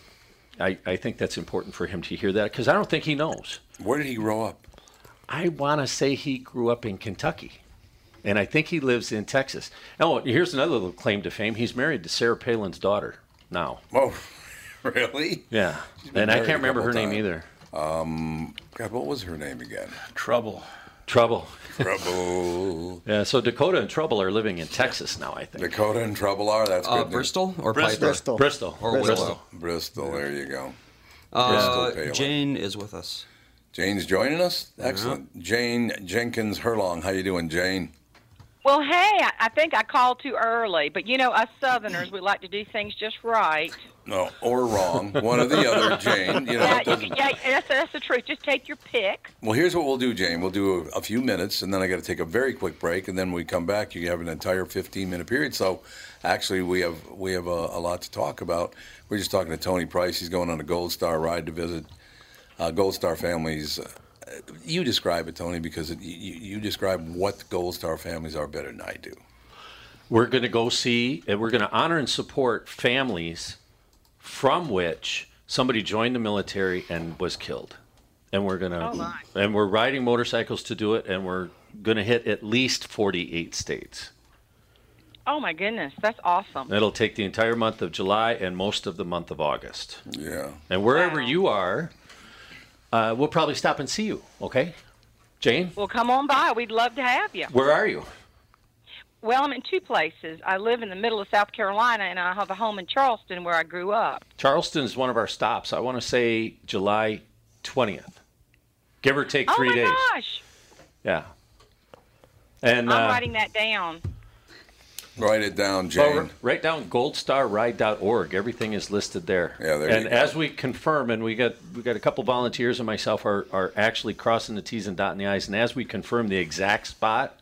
Speaker 4: I, I think that's important for him to hear that because I don't think he knows.
Speaker 1: Where did he grow up?
Speaker 4: I want to say he grew up in Kentucky, and I think he lives in Texas. Oh, here's another little claim to fame. He's married to Sarah Palin's daughter now.
Speaker 1: Oh, really?
Speaker 4: Yeah,
Speaker 1: been
Speaker 4: and I
Speaker 1: married a
Speaker 4: can't remember her
Speaker 1: couple
Speaker 4: name
Speaker 1: times. Um,
Speaker 4: either.
Speaker 1: God, what was her name again?
Speaker 2: Trouble.
Speaker 4: Trouble.
Speaker 1: Trouble.
Speaker 4: Yeah, so Dakota and Trouble are living in Texas now. I think
Speaker 1: Dakota and Trouble are. That's good.
Speaker 5: Uh,
Speaker 1: news.
Speaker 5: Bristol or
Speaker 2: Bristol.
Speaker 5: Piper?
Speaker 3: Bristol.
Speaker 4: Bristol
Speaker 5: Or
Speaker 3: Bristol.
Speaker 5: Willow.
Speaker 1: Bristol. There you go.
Speaker 5: Uh,
Speaker 1: Bristol Palin.
Speaker 5: Jane is with us. Uh-huh.
Speaker 1: Jane's joining us. Excellent. Jane Jenkins Herlong. How you doing, Jane?
Speaker 8: Well, hey, I, I think I called too early, but you know, us Southerners, we like to do things just right.
Speaker 1: No, or wrong. One or the other, Jane. You know,
Speaker 8: Yeah,
Speaker 1: it
Speaker 8: you,
Speaker 1: doesn't-
Speaker 8: yeah that's, that's the truth. Just take your pick.
Speaker 1: Well, here's what we'll do, Jane. We'll do a, a few minutes, and then I got to take a very quick break, and then when we come back. You have an entire 15 minute period, so actually we have we have a, a lot to talk about. We're just talking to Tony Price. He's going on a Gold Star ride to visit uh, Gold Star families. Uh, you describe it, Tony, because it, you, you describe what Gold Star families are better than I do.
Speaker 4: we're going to go see and we're going to honor and support families from which somebody joined the military and was killed. And we're going to
Speaker 8: Oh, my.
Speaker 4: and we're riding motorcycles to do it and we're going to hit at least 48 states.
Speaker 8: Oh my goodness, that's awesome.
Speaker 4: That'll take the entire month of July and most of the month of August.
Speaker 1: Yeah.
Speaker 4: And wherever
Speaker 8: Wow.
Speaker 4: you are, uh, we'll probably stop and see you, okay? Jane,
Speaker 8: Well, come on by. We'd love to have you.
Speaker 4: where are you?
Speaker 8: Well, I'm in two places. I live in the middle of South Carolina, and I have a home in Charleston where I grew up.
Speaker 4: Charleston is one of our stops. I want to say July 20th. Give or take
Speaker 8: Oh
Speaker 4: three
Speaker 8: my
Speaker 4: days.
Speaker 8: gosh,
Speaker 4: Yeah. And
Speaker 8: I'm
Speaker 4: uh,
Speaker 8: writing that down.
Speaker 1: Write it down,
Speaker 4: well,
Speaker 1: Jane.
Speaker 4: r- write down goldstarride.org. Everything is listed there.
Speaker 1: Yeah, there you
Speaker 4: And
Speaker 1: go.
Speaker 4: as we confirm, and we got we got a couple volunteers and myself are, are actually crossing the T's and dotting the I's. And as we confirm the exact spot,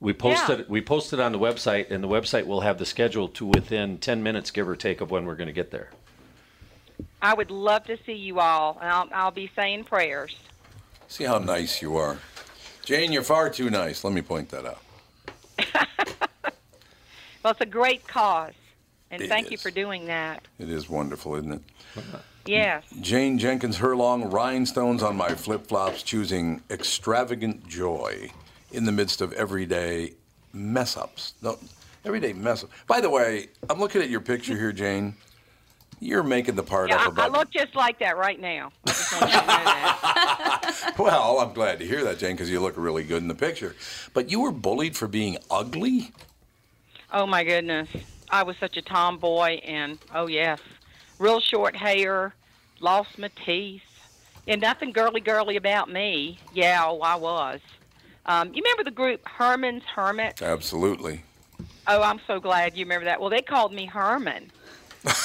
Speaker 4: We posted we posted on the website, and the website will have the schedule to within ten minutes, give or take, of when we're going to get there.
Speaker 8: I would love to see you all, and I'll, I'll be saying prayers.
Speaker 1: See how nice you are. Jane, you're far too nice. Let me point that out.
Speaker 8: Well, it's a great cause, and
Speaker 1: It
Speaker 8: thank you
Speaker 1: is.
Speaker 8: for doing that.
Speaker 1: It is wonderful, isn't it?
Speaker 8: Yes.
Speaker 1: Jane Jenkins Herlong, rhinestones on my flip flops, choosing extravagant joy in the midst of everyday mess ups. No, everyday mess up. By the way, I'm looking at your picture here, Jane. You're making the part
Speaker 8: Yeah,
Speaker 1: up
Speaker 8: I, I
Speaker 1: about.
Speaker 8: look just like that right now.
Speaker 1: well, I'm glad to hear that, Jane, because you look really good in the picture. But you were bullied for being ugly?
Speaker 8: Oh my goodness. I was such a tomboy and oh yes. Real short hair, lost my teeth. And nothing girly girly about me. Yeah, oh I was. Um, you remember the group Herman's Hermit?
Speaker 1: Absolutely.
Speaker 8: Oh, I'm so glad you remember that. Well, they called me Herman.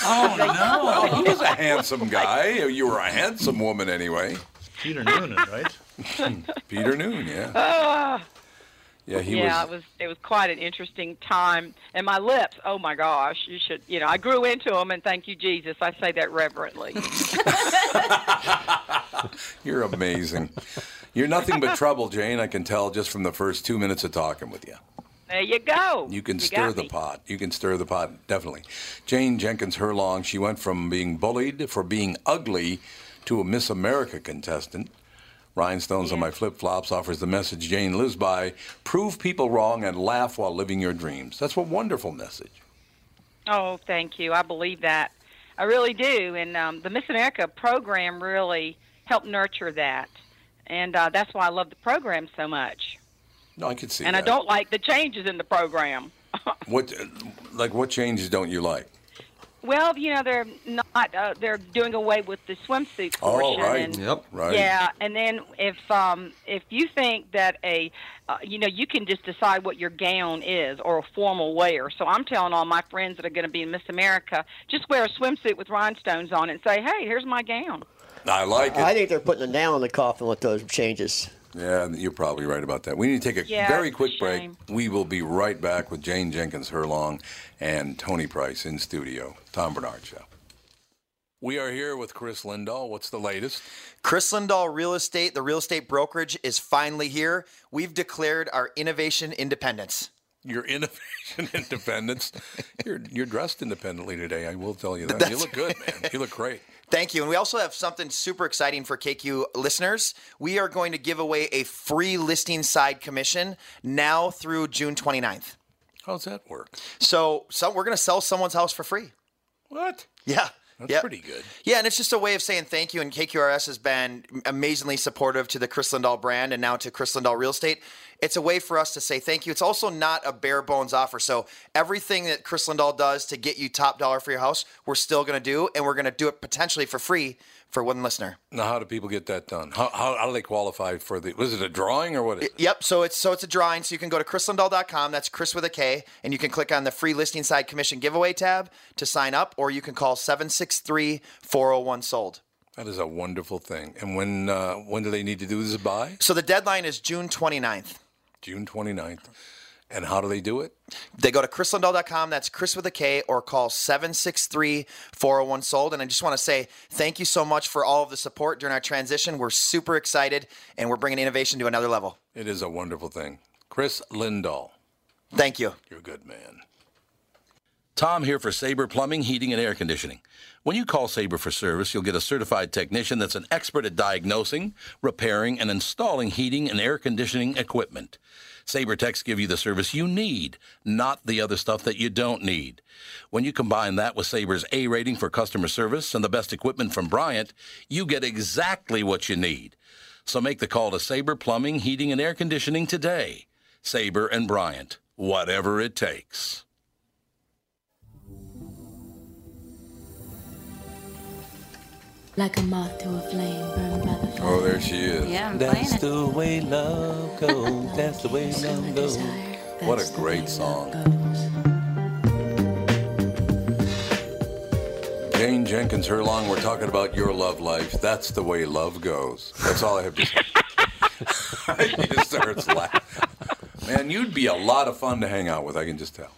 Speaker 1: Oh no! Well, he was a handsome guy. You were a handsome woman anyway.
Speaker 2: Peter Noonan, right?
Speaker 1: Peter Noon, yeah,
Speaker 8: Ah.
Speaker 1: yeah. He
Speaker 8: yeah,
Speaker 1: was.
Speaker 8: it was it was quite an interesting time. And my lips, oh my gosh, you should, you know, I grew into them, and thank you, Jesus. I say that reverently.
Speaker 1: You're amazing. You're nothing but trouble, Jane. I can tell just from the first two minutes of talking with you.
Speaker 8: there you go.
Speaker 1: You can
Speaker 8: got
Speaker 1: stir the
Speaker 8: me.
Speaker 1: pot. You can stir the pot, definitely. Jane Jenkins Herlong, she went from being bullied for being ugly to a Miss America contestant. Rhinestones on My Flip Flops offers the message Jane lives by prove people wrong and laugh while living your dreams. That's a wonderful message.
Speaker 8: Oh, thank you. I believe that. I really do. And um, the Miss America program really helped nurture that. And uh, that's why I love the program so much.
Speaker 1: No, I could see
Speaker 8: and
Speaker 1: that.
Speaker 8: I don't like the changes in the program.
Speaker 1: What, like, what changes don't you like?
Speaker 8: Well, you know, they're not, uh, they're doing away with the swimsuit
Speaker 1: Oh,
Speaker 8: portion.
Speaker 1: right.
Speaker 8: And,
Speaker 1: Yep, right.
Speaker 8: Yeah. And then if, um, if you think that a, uh, you know, you can just decide what your gown is or a formal wear. So I'm telling all my friends that are going to be in Miss America, just wear a swimsuit with rhinestones on it and say, hey, here's my gown.
Speaker 1: I like it.
Speaker 3: I think they're putting a nail in the coffin with those changes.
Speaker 1: Yeah, you're probably right about that. We need to take a
Speaker 8: Yeah,
Speaker 1: very
Speaker 8: it's a
Speaker 1: quick break.
Speaker 8: shame.
Speaker 1: We will be right back with Jane Jenkins Herlong and Tony Price in studio. Tom Bernard Show. We are here with Chris Lindahl. What's the latest?
Speaker 9: Chris Lindahl Real Estate, the real estate brokerage, is finally here. We've declared our innovation independence.
Speaker 1: Your innovation independence. You're you're dressed independently today. I will tell you that. You
Speaker 9: That's-
Speaker 1: look good, man. You look great.
Speaker 9: Thank you. And we also have something super exciting for KQ listeners. We are going to give away a free listing side commission now through June 29th.
Speaker 1: How's that work?
Speaker 9: So, so we're going to sell someone's house for free.
Speaker 1: What?
Speaker 9: Yeah.
Speaker 1: That's
Speaker 9: yeah.
Speaker 1: pretty good.
Speaker 9: Yeah, and it's just a way of saying thank you. And KQRS has been amazingly supportive to the Chris Lindahl brand and now to Chris Lindahl Real Estate. It's a way for us to say thank you. It's also not a bare bones offer. So everything that Chris Lindahl does to get you top dollar for your house, we're still going to do, and we're going to do it potentially for free for one listener.
Speaker 1: Now, how do people get that done? How, how, how do they qualify for the? Was it a drawing or what? Is it?
Speaker 9: Yep. So it's so it's a drawing. So you can go to chrislindahl.com. That's Chris with a K, and you can click on the free listing side commission giveaway tab to sign up, or you can call 763-401 sold.
Speaker 1: That is a wonderful thing. And when uh, when do they need to do this by?
Speaker 9: So the deadline is June 29th.
Speaker 1: June 29th. And how do they do it?
Speaker 9: They go to chrislindahl.com. That's Chris with a K or call 763 401 sold. And I just want to say thank you so much for all of the support during our transition. We're super excited and we're bringing innovation to another level.
Speaker 1: It is a wonderful thing. Chris Lindahl,
Speaker 9: Thank you.
Speaker 1: you're a good man. Tom here for Sabre Plumbing, Heating, and Air Conditioning. When you call Sabre for service, you'll get a certified technician that's an expert at diagnosing, repairing, and installing heating and air conditioning equipment. Sabre Techs give you the service you need, not the other stuff that you don't need. When you combine that with Sabre's A rating for customer service and the best equipment from Bryant, you get exactly what you need. So make the call to Sabre Plumbing, Heating, and Air Conditioning today. Sabre and Bryant, whatever it takes.
Speaker 10: Like a moth to a flame burned by the fire.
Speaker 1: Oh, there she is.
Speaker 10: Yeah, I'm
Speaker 5: That's
Speaker 10: playing
Speaker 5: the way love goes. That's the way love goes.
Speaker 1: What a great song. Jane Jenkins Herlong, we're talking about your love life. That's the way love goes. That's all I have to say. she just starts laughing. Man, you'd be a lot of fun to hang out with. I can just tell.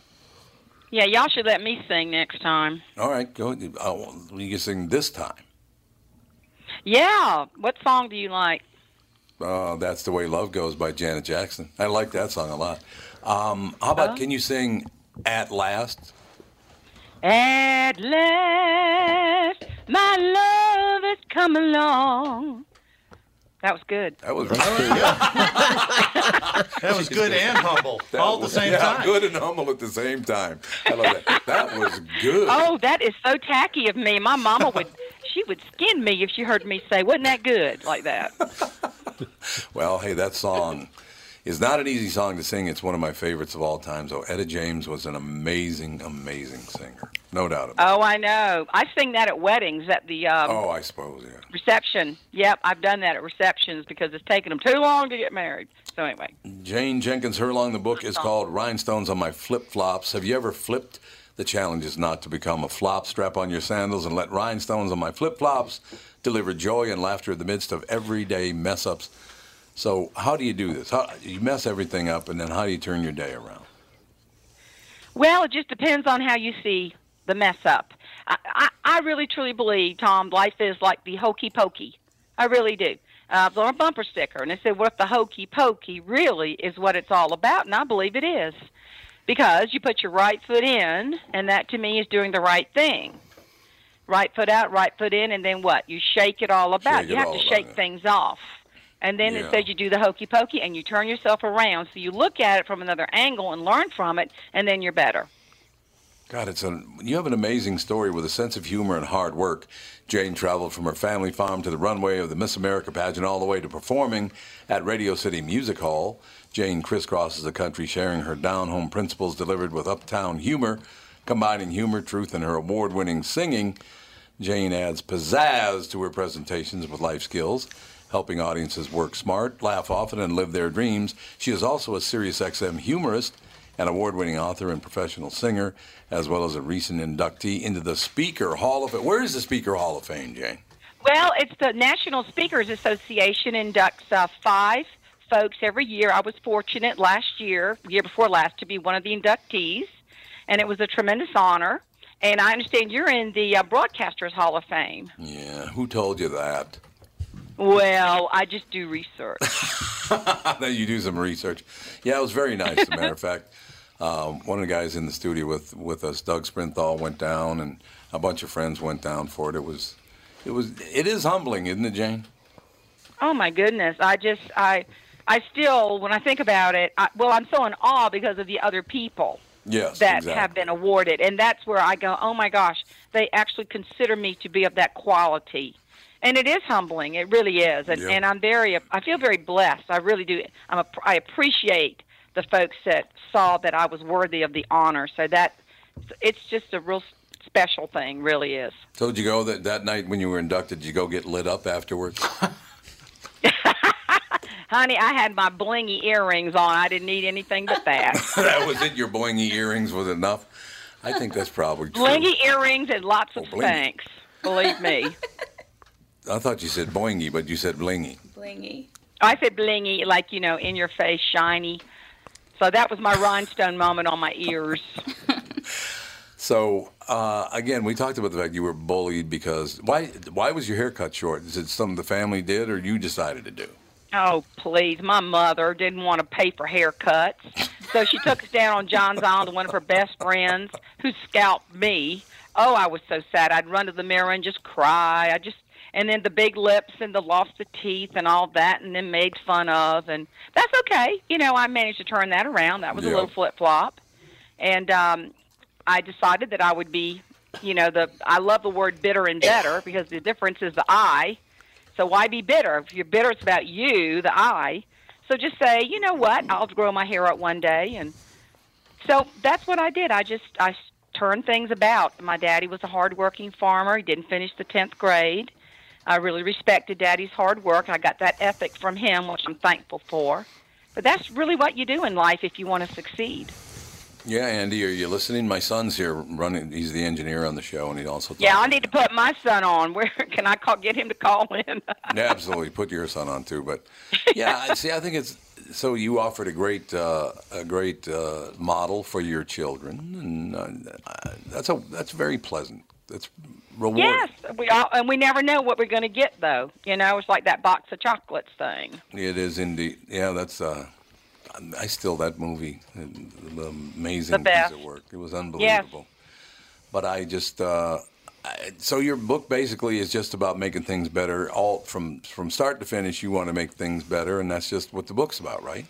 Speaker 8: Yeah, y'all should let me sing next time.
Speaker 1: All right, go. Uh, you can sing this time.
Speaker 8: Yeah. What song do you like?
Speaker 1: Uh, That's the way love goes by Janet Jackson. I like that song a lot. Um, how about can you sing "At Last"?
Speaker 8: At last, my love has come along. That was good.
Speaker 1: That was
Speaker 2: That was good and humble,
Speaker 1: That
Speaker 2: all at the
Speaker 1: was-
Speaker 2: same
Speaker 1: yeah,
Speaker 2: time.
Speaker 1: Good and humble at the same time. I love that. That was good.
Speaker 8: Oh, that is so tacky of me. My mama would, she would skin me if she heard me say, "Wasn't that good?" Like that.
Speaker 1: Well, hey, that song is not an easy song to sing. It's one of my favorites of all time. So Etta James was an amazing, amazing singer, no doubt about
Speaker 8: Oh, I know. I sing that at weddings at the
Speaker 1: it.
Speaker 8: um,
Speaker 1: oh, I suppose, yeah.
Speaker 8: reception. Yep, I've done that at receptions because it's taken them too long to get married. So anyway,
Speaker 1: Jane Jenkins Hurlong. The book is called Rhinestones on My Flip Flops. Have you ever flipped? The challenge is not to become a flop. Strap on your sandals and let rhinestones on my flip flops deliver joy and laughter in the midst of everyday mess ups. So, how do you do this? How, you mess everything up, and then how do you turn your day around?
Speaker 8: well, it just depends on how you see the mess up. I, I, I really truly believe, Tom, life is like the hokey pokey. I really do. Uh, I was on a bumper sticker, and it said, "What if the hokey pokey really is what it's all about?" And I believe it is, because you put your right foot in, and that to me is doing the right thing. Right foot out, right foot in, and then what? You shake it all about.
Speaker 11: Shake
Speaker 8: you
Speaker 11: it
Speaker 8: have
Speaker 11: all
Speaker 8: to
Speaker 11: about,
Speaker 8: shake things off. And then
Speaker 11: Yeah.
Speaker 8: it says you do the hokey pokey, and you turn yourself around, so you look at it from another angle and learn from it, and then you're better.
Speaker 1: God, it's an, you have an amazing story with a sense of humor and hard work. Jane traveled from her family farm to the runway of the Miss America pageant all the way to performing at Radio City Music Hall. Jane crisscrosses the country sharing her down home principles delivered with uptown humor, combining humor, truth, and her award winning singing. Jane adds pizzazz to her presentations with life skills, helping audiences work smart, laugh often, and live their dreams. She is also a Sirius XM humorist, an award winning author and professional singer, as well as a recent inductee into the Speaker Hall of Fame. Where is the Speaker Hall of Fame, Jane?
Speaker 8: Well, it's the National Speakers Association inducts uh, five folks every year. I was fortunate last year, year before last, to be one of the inductees, and it was a tremendous honor. And I understand you're in the uh, Broadcasters Hall of Fame.
Speaker 1: Yeah, who told you that?
Speaker 8: Well, I just do research.
Speaker 1: that you do some research. Yeah, it was very nice. As a matter of fact, um, one of the guys in the studio with with us, Doug Sprinthal, went down, and a bunch of friends went down for it. It was, it was, it is humbling, isn't it, Jane?
Speaker 8: Oh my goodness! I just I I still when I think about it, I, well, I'm so in awe because of the other people
Speaker 1: Yes,
Speaker 8: that
Speaker 1: exactly.
Speaker 8: have been awarded, and that's where I go. Oh my gosh, they actually consider me to be of that quality, and it is humbling. It really is, and,
Speaker 11: Yeah.
Speaker 8: and I'm very I feel very blessed. I really do. I'm a, I appreciate the folks that saw that I was worthy of the honor. So that it's just a real special thing, really is.
Speaker 1: Told you go that that night when you were inducted, did you go get lit up afterwards.
Speaker 8: Honey, I had my blingy earrings on. I didn't need anything but that.
Speaker 1: that was it. Your boingy earrings was enough. I think that's probably true.
Speaker 8: Blingy earrings and lots of
Speaker 1: blingy.
Speaker 8: thanks. Believe me.
Speaker 1: I thought you said boingy, but you said blingy.
Speaker 8: blingy. I said blingy, like, you know, in your face, shiny. So that was my rhinestone moment on my ears.
Speaker 1: So uh, again, we talked about the fact you were bullied because why? Why was your hair cut short? Is it something the family did, or you decided to do?
Speaker 8: Oh, please. My mother didn't want to pay for haircuts. So she took us down on John's Island to one of her best friends who scalped me. Oh, I was so sad. I'd run to the mirror and just cry. I just and then the big lips and the loss of teeth and all that and then made fun of and that's okay. You know, I managed to turn that around. That was
Speaker 11: Yeah.
Speaker 8: a little flip flop. And um I decided that I would be you know, the I love the word bitter and better because the difference is the I. So why be bitter? If you're bitter, it's about you, the I. So just say, you know what? I'll grow my hair out one day, and so that's what I did. I just I s- turned things about. My daddy was a hardworking farmer. He didn't finish the tenth grade. I really respected daddy's hard work. I got that ethic from him, which I'm thankful for. But that's really what you do in life if you want to succeed.
Speaker 1: Yeah, Andy, are you listening? My son's here running. He's the engineer on the show, and he also
Speaker 8: Yeah, I need to put my son on. Where can I call? Get him to call in.
Speaker 1: Yeah, absolutely put your son on too. But yeah, I- see, I think it's so you offered a great uh, a great uh, model for your children, and uh, that's a that's very pleasant. That's rewarding.
Speaker 8: Yes, we all, and we never know what we're going to get though. You know, it's like that box of chocolates thing.
Speaker 1: It is indeed. Yeah, that's. Uh, I still that movie, the amazing
Speaker 8: The best.
Speaker 1: piece of work. It was unbelievable. But I just. Uh, I, so your book basically is just about making things better. All from from start to finish, you want to make things better, and that's just what the book's about, right?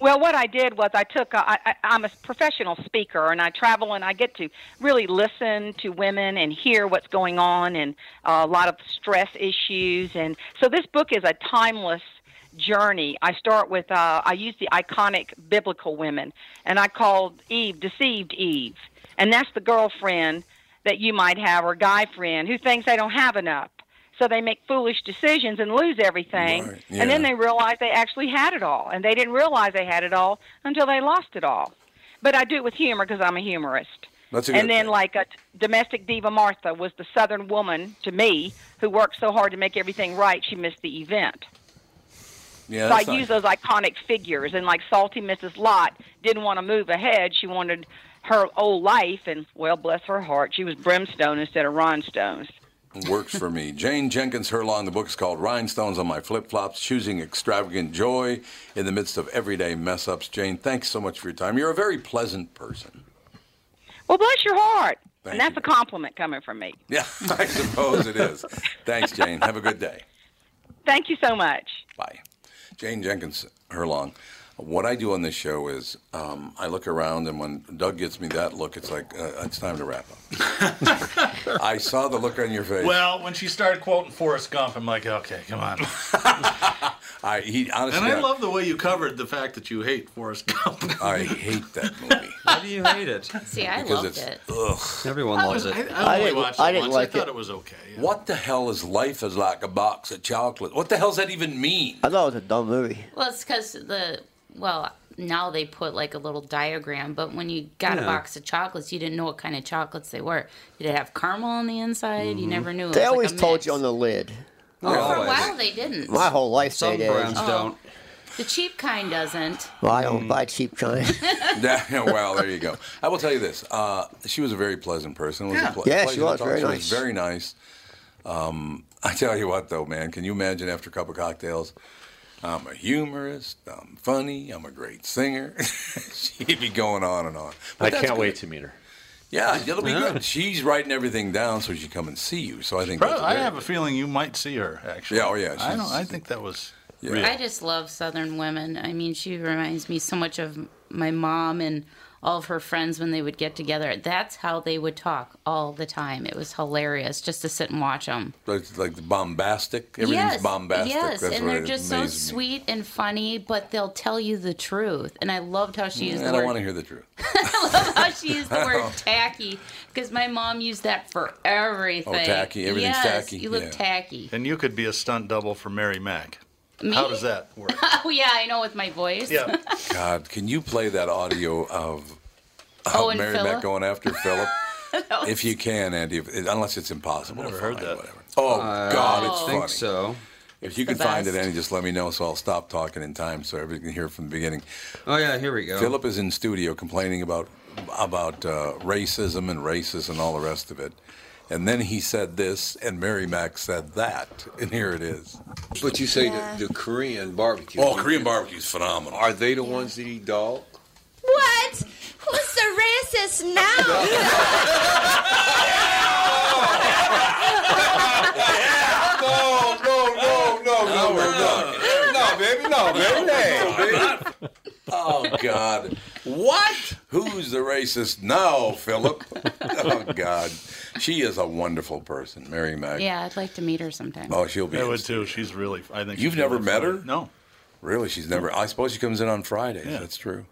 Speaker 8: Well, what I did was I took, a, I, I, I'm a professional speaker and I travel and I get to really listen to women and hear what's going on and uh, a lot of stress issues. And so this book is a timeless journey. I start with, uh, I use the iconic biblical women and I called Eve, deceived Eve. And that's the girlfriend that you might have or guy friend who thinks they don't have enough. So they make foolish decisions and lose everything.
Speaker 11: yeah.
Speaker 8: And then they realize they actually had it all. And they didn't realize they had it all until they lost it all. But I do it with humor because I'm a humorist.
Speaker 1: That's a good
Speaker 8: and then, like a domestic diva, Martha was the Southern woman to me who worked so hard to make everything right, she missed the event.
Speaker 1: Yeah,
Speaker 8: so I
Speaker 1: that's nice.
Speaker 8: use those iconic figures, and like salty Mrs. Lot didn't want to move ahead. She wanted her old life, and well, bless her heart, she was brimstone instead of rhinestones.
Speaker 1: works for me. Jane Jenkins Hurlong. The book is called Rhinestones on My Flip Flops Choosing Extravagant Joy in the Midst of Everyday Mess Ups. Jane, thanks so much for your time. You're a very pleasant person.
Speaker 8: Well, bless your heart,
Speaker 1: Thank
Speaker 8: and that's a compliment coming from me.
Speaker 1: Yeah, I suppose it is. Thanks, Jane. Have a good day.
Speaker 8: Thank you so much.
Speaker 1: Bye. Jane Jenkins Herlong. What I do on this show is um, I look around, and when Doug gets me that look, it's like, uh, it's time to wrap up. I saw the look on your face.
Speaker 2: Well, when she started quoting Forrest Gump, I'm like, okay, come on.
Speaker 1: I, he, honestly,
Speaker 2: and I
Speaker 1: I-
Speaker 2: love the way you covered the fact that you hate Forrest Gump.
Speaker 1: I hate that movie.
Speaker 12: Why do you hate it?
Speaker 6: See, I
Speaker 1: Because
Speaker 6: loved
Speaker 1: it's-
Speaker 6: it.
Speaker 1: Ugh.
Speaker 12: Everyone
Speaker 6: I loves was- it. I- I only watched it once. I thought it was okay,
Speaker 1: What the hell is life is like a box of chocolate? What the hell does that even mean?
Speaker 3: I thought it was a dumb movie.
Speaker 6: Well, it's because the well now they put like a little diagram, but when you got a
Speaker 3: Yeah.
Speaker 6: box of chocolates, you didn't know what kind of chocolates they were. Did it have caramel on the inside?
Speaker 3: Mm-hmm.
Speaker 1: Mm-hmm.
Speaker 6: You never knew. It
Speaker 3: They
Speaker 6: was
Speaker 3: always
Speaker 6: like a
Speaker 3: told you on the lid.
Speaker 6: Well, Oh, for a while they didn't.
Speaker 3: My whole life
Speaker 6: Some
Speaker 3: they did.
Speaker 6: brands Oh. don't. The cheap kind doesn't.
Speaker 3: Well, I
Speaker 12: Mm.
Speaker 3: don't buy cheap kind.
Speaker 1: Yeah, well, there you go. I will tell you this. Uh, she was a very pleasant person. It was
Speaker 3: Yeah.
Speaker 1: a ple-
Speaker 3: Yeah, she
Speaker 1: pleasure to
Speaker 3: was
Speaker 1: talk.
Speaker 3: very
Speaker 1: She
Speaker 3: nice.
Speaker 1: was very nice. Um, I tell you what, though, man, can you imagine after a couple of cocktails? I'm a humorist. I'm funny. I'm a great singer. She'd be going on and on.
Speaker 4: I can't wait
Speaker 1: to meet her. Yeah, it'll be
Speaker 2: Yeah.
Speaker 1: good. She's writing everything down so she can come and see you. So I think
Speaker 2: Probably,
Speaker 1: that's
Speaker 2: I
Speaker 1: very
Speaker 2: have a feeling you might see her actually.
Speaker 1: Yeah, oh, yeah,
Speaker 2: I, don't,
Speaker 1: she's-
Speaker 2: I think that was
Speaker 1: Yeah.
Speaker 2: real.
Speaker 6: I just love Southern women. I mean, she reminds me so much of my mom and all of her friends when they would get together. That's how they would talk all the time. It was hilarious just to sit and watch them.
Speaker 1: It's like the bombastic. Everything's
Speaker 6: yes,
Speaker 1: bombastic.
Speaker 6: Yes,
Speaker 1: That's
Speaker 6: and
Speaker 1: what
Speaker 6: they're
Speaker 1: it
Speaker 6: just so
Speaker 1: amazes me.
Speaker 6: sweet and funny, but they'll tell you the truth. And I loved how she used
Speaker 1: Mm, I
Speaker 6: the
Speaker 1: don't
Speaker 6: word.
Speaker 1: want to hear the truth.
Speaker 6: I love how she used the
Speaker 1: Oh.
Speaker 6: word tacky because my mom used that for
Speaker 1: Oh,
Speaker 6: everything.
Speaker 2: tacky. Everything's
Speaker 6: yes,
Speaker 2: tacky.
Speaker 6: You look
Speaker 2: Yeah.
Speaker 6: tacky.
Speaker 2: And you could be a stunt double for Mary Mack.
Speaker 6: Me?
Speaker 2: How does that work?
Speaker 6: oh yeah, I know with my voice.
Speaker 2: Yeah.
Speaker 1: God, can you play that audio of, of
Speaker 6: Owen
Speaker 1: Mary
Speaker 6: Phillip?
Speaker 1: Mac going after Philip?
Speaker 6: Oh, That
Speaker 1: if you can, Andy, if, unless it's impossible. I've never heard that. Whatever. Oh
Speaker 12: I
Speaker 1: God,
Speaker 12: don't
Speaker 1: it's
Speaker 12: think
Speaker 1: funny.
Speaker 12: so.
Speaker 1: If
Speaker 12: It's
Speaker 1: you
Speaker 12: the
Speaker 1: can find it,
Speaker 12: best.
Speaker 1: Andy, just let me know so I'll stop talking in time so everybody can hear from the beginning.
Speaker 12: Oh yeah, here we go.
Speaker 1: Philip is in studio complaining about about uh, racism and races and all the rest of it. And then he said this, and Mary Mac said that, and here it is.
Speaker 13: But you say the, the Korean barbecue.
Speaker 1: Oh, Korean barbecue is phenomenal.
Speaker 13: Are they the ones that eat dog?
Speaker 14: What? Who's the racist now?
Speaker 13: No, no, no, no, no, no, no, no, baby, no, baby, no, baby.
Speaker 1: Oh God! What? Who's the racist now, Philip? Oh God! She is a wonderful person, Mary Mac.
Speaker 6: Yeah, I'd like to meet her sometime.
Speaker 1: Oh, she'll be.
Speaker 2: I would too. She's really. I think
Speaker 1: You've
Speaker 2: she's
Speaker 1: never
Speaker 2: really
Speaker 1: met
Speaker 2: funny.
Speaker 1: her?
Speaker 2: No.
Speaker 1: Really, she's never. I suppose she comes in on Fridays. That's true.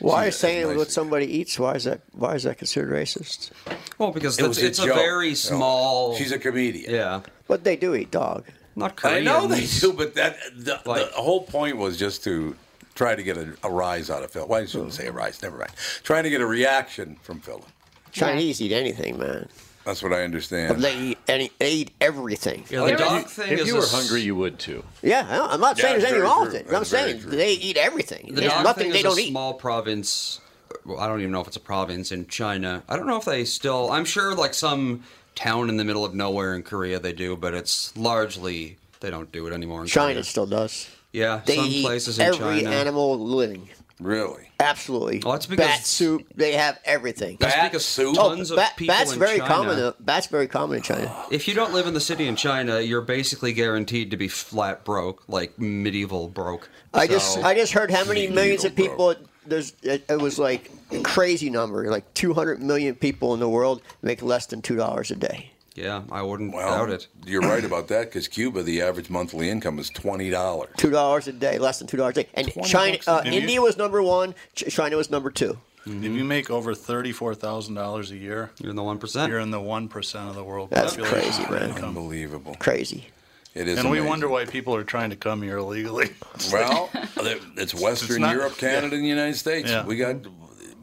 Speaker 3: Why
Speaker 1: She's
Speaker 3: is saying
Speaker 1: nice.
Speaker 3: what somebody eats? Why is that? Why is that considered racist?
Speaker 12: Well, because
Speaker 3: It was
Speaker 12: that's,
Speaker 3: a
Speaker 12: it's a
Speaker 3: joke.
Speaker 12: very
Speaker 3: No.
Speaker 12: small.
Speaker 1: She's a comedian.
Speaker 12: Yeah.
Speaker 3: But they do eat dog.
Speaker 12: Not
Speaker 1: I know they do, but that the, the whole point was just to try to get a, a rise out of Philip.
Speaker 12: Hmm.
Speaker 1: Why well, I shouldn't say a rise? Never mind. Trying to get a reaction from Philip.
Speaker 3: Chinese eat anything, man.
Speaker 1: That's what I understand.
Speaker 3: They eat, any, they eat everything.
Speaker 4: If you were hungry, you would too.
Speaker 3: Yeah, I don't- I'm not
Speaker 4: Yeah,
Speaker 3: saying there's anything
Speaker 4: very
Speaker 3: wrong
Speaker 4: true.
Speaker 3: with it. I'm
Speaker 4: That's very
Speaker 3: saying
Speaker 4: true.
Speaker 3: they eat everything.
Speaker 12: The
Speaker 3: there's
Speaker 12: dog
Speaker 3: nothing
Speaker 12: thing
Speaker 3: they
Speaker 12: is
Speaker 3: don't
Speaker 12: a
Speaker 3: eat.
Speaker 12: small province. Well, I don't even know if it's a province in China. I don't know if they still. I'm sure like some town in the middle of nowhere in Korea they do, but it's largely they don't do it anymore. In
Speaker 3: China
Speaker 12: Korea.
Speaker 3: still does.
Speaker 12: Yeah,
Speaker 3: They
Speaker 12: some
Speaker 3: eat
Speaker 12: places in
Speaker 3: every
Speaker 12: China.
Speaker 3: animal living.
Speaker 1: Really?
Speaker 3: Absolutely.
Speaker 12: Oh, that's because-
Speaker 3: bat soup. They have everything.
Speaker 12: That's Bat because soup?
Speaker 3: Oh,
Speaker 12: tons of
Speaker 3: bat-
Speaker 12: people
Speaker 3: bats
Speaker 12: in
Speaker 3: very
Speaker 12: China-
Speaker 3: common. Though. Bats very common in China.
Speaker 12: If you don't live in the city in China, you're basically guaranteed to be flat broke, like medieval broke.
Speaker 3: I just
Speaker 12: So-
Speaker 3: I just heard how many millions of people. There's it, it was like a crazy number, like 200 million people in the world make less than two dollars a day.
Speaker 12: Yeah, I wouldn't
Speaker 1: well, doubt it. You're right about that because Cuba, the average monthly income is twenty dollars.
Speaker 3: Two dollars a day, less than two dollars a day, and
Speaker 1: 20
Speaker 3: China,
Speaker 1: bucks a
Speaker 3: uh,
Speaker 1: day.
Speaker 3: India was number one. Ch- China was number two.
Speaker 2: If you make over thirty-four thousand dollars a year,
Speaker 12: you're in the one percent.
Speaker 2: You're in the one percent of the world.
Speaker 3: That's
Speaker 2: population
Speaker 3: crazy,
Speaker 2: for
Speaker 3: man.
Speaker 2: income.
Speaker 1: Unbelievable.
Speaker 3: Crazy.
Speaker 1: It is.
Speaker 2: and we
Speaker 1: amazing.
Speaker 2: wonder why people are trying to come here illegally. It's
Speaker 1: Well,
Speaker 2: like-
Speaker 1: it's Western
Speaker 2: not-
Speaker 1: Europe, Canada, and the United States.
Speaker 2: Yeah.
Speaker 1: We got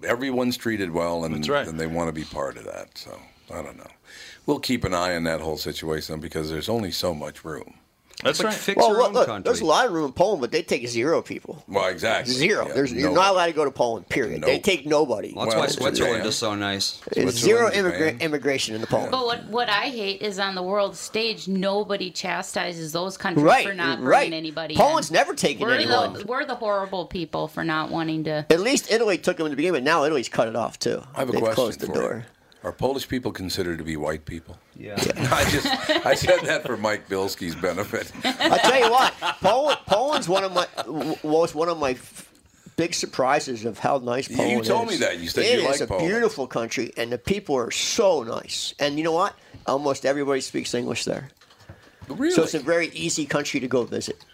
Speaker 1: everyone's treated well, and,
Speaker 2: That's right.
Speaker 1: and they want to be part of that. So I don't know. We'll keep an eye on that whole situation because there's only so much room.
Speaker 2: That's
Speaker 1: Like, right. fix your
Speaker 3: look,
Speaker 1: own
Speaker 3: look,
Speaker 1: country.
Speaker 3: there's a lot of room in Poland, but they take zero people.
Speaker 1: Well, exactly.
Speaker 3: Zero.
Speaker 1: Yeah,
Speaker 3: there's, You're
Speaker 1: no.
Speaker 3: not allowed to go to Poland. Period. They
Speaker 1: Nope.
Speaker 3: take nobody.
Speaker 12: Well, that's why Switzerland is so nice.
Speaker 3: There's zero immigra- immigration into Poland.
Speaker 6: But what what I hate is on the world stage, nobody chastises those countries
Speaker 3: Right,
Speaker 6: for not bringing
Speaker 3: right.
Speaker 6: anybody.
Speaker 3: Poland's
Speaker 6: in.
Speaker 3: never taken
Speaker 6: we're
Speaker 3: anyone.
Speaker 6: The, we're the horrible people for not wanting to.
Speaker 3: At least Italy took them in the beginning, but now Italy's cut it off too.
Speaker 1: I have a
Speaker 3: They've
Speaker 1: question
Speaker 3: closed the
Speaker 1: for
Speaker 3: door.
Speaker 1: you. Are Polish people considered to be white people? Yeah. I just I said that for Mike Bilski's benefit.
Speaker 3: I tell you what, Poland, Poland's one of my w- was one of my f- big surprises of how nice
Speaker 1: You
Speaker 3: Poland is.
Speaker 1: told me that. You said
Speaker 3: It
Speaker 1: you
Speaker 3: is
Speaker 1: like
Speaker 3: a
Speaker 1: Poland.
Speaker 3: beautiful country, and the people are so nice. And you know what? Almost everybody speaks English there.
Speaker 1: Really?
Speaker 3: So it's a very easy country to go visit,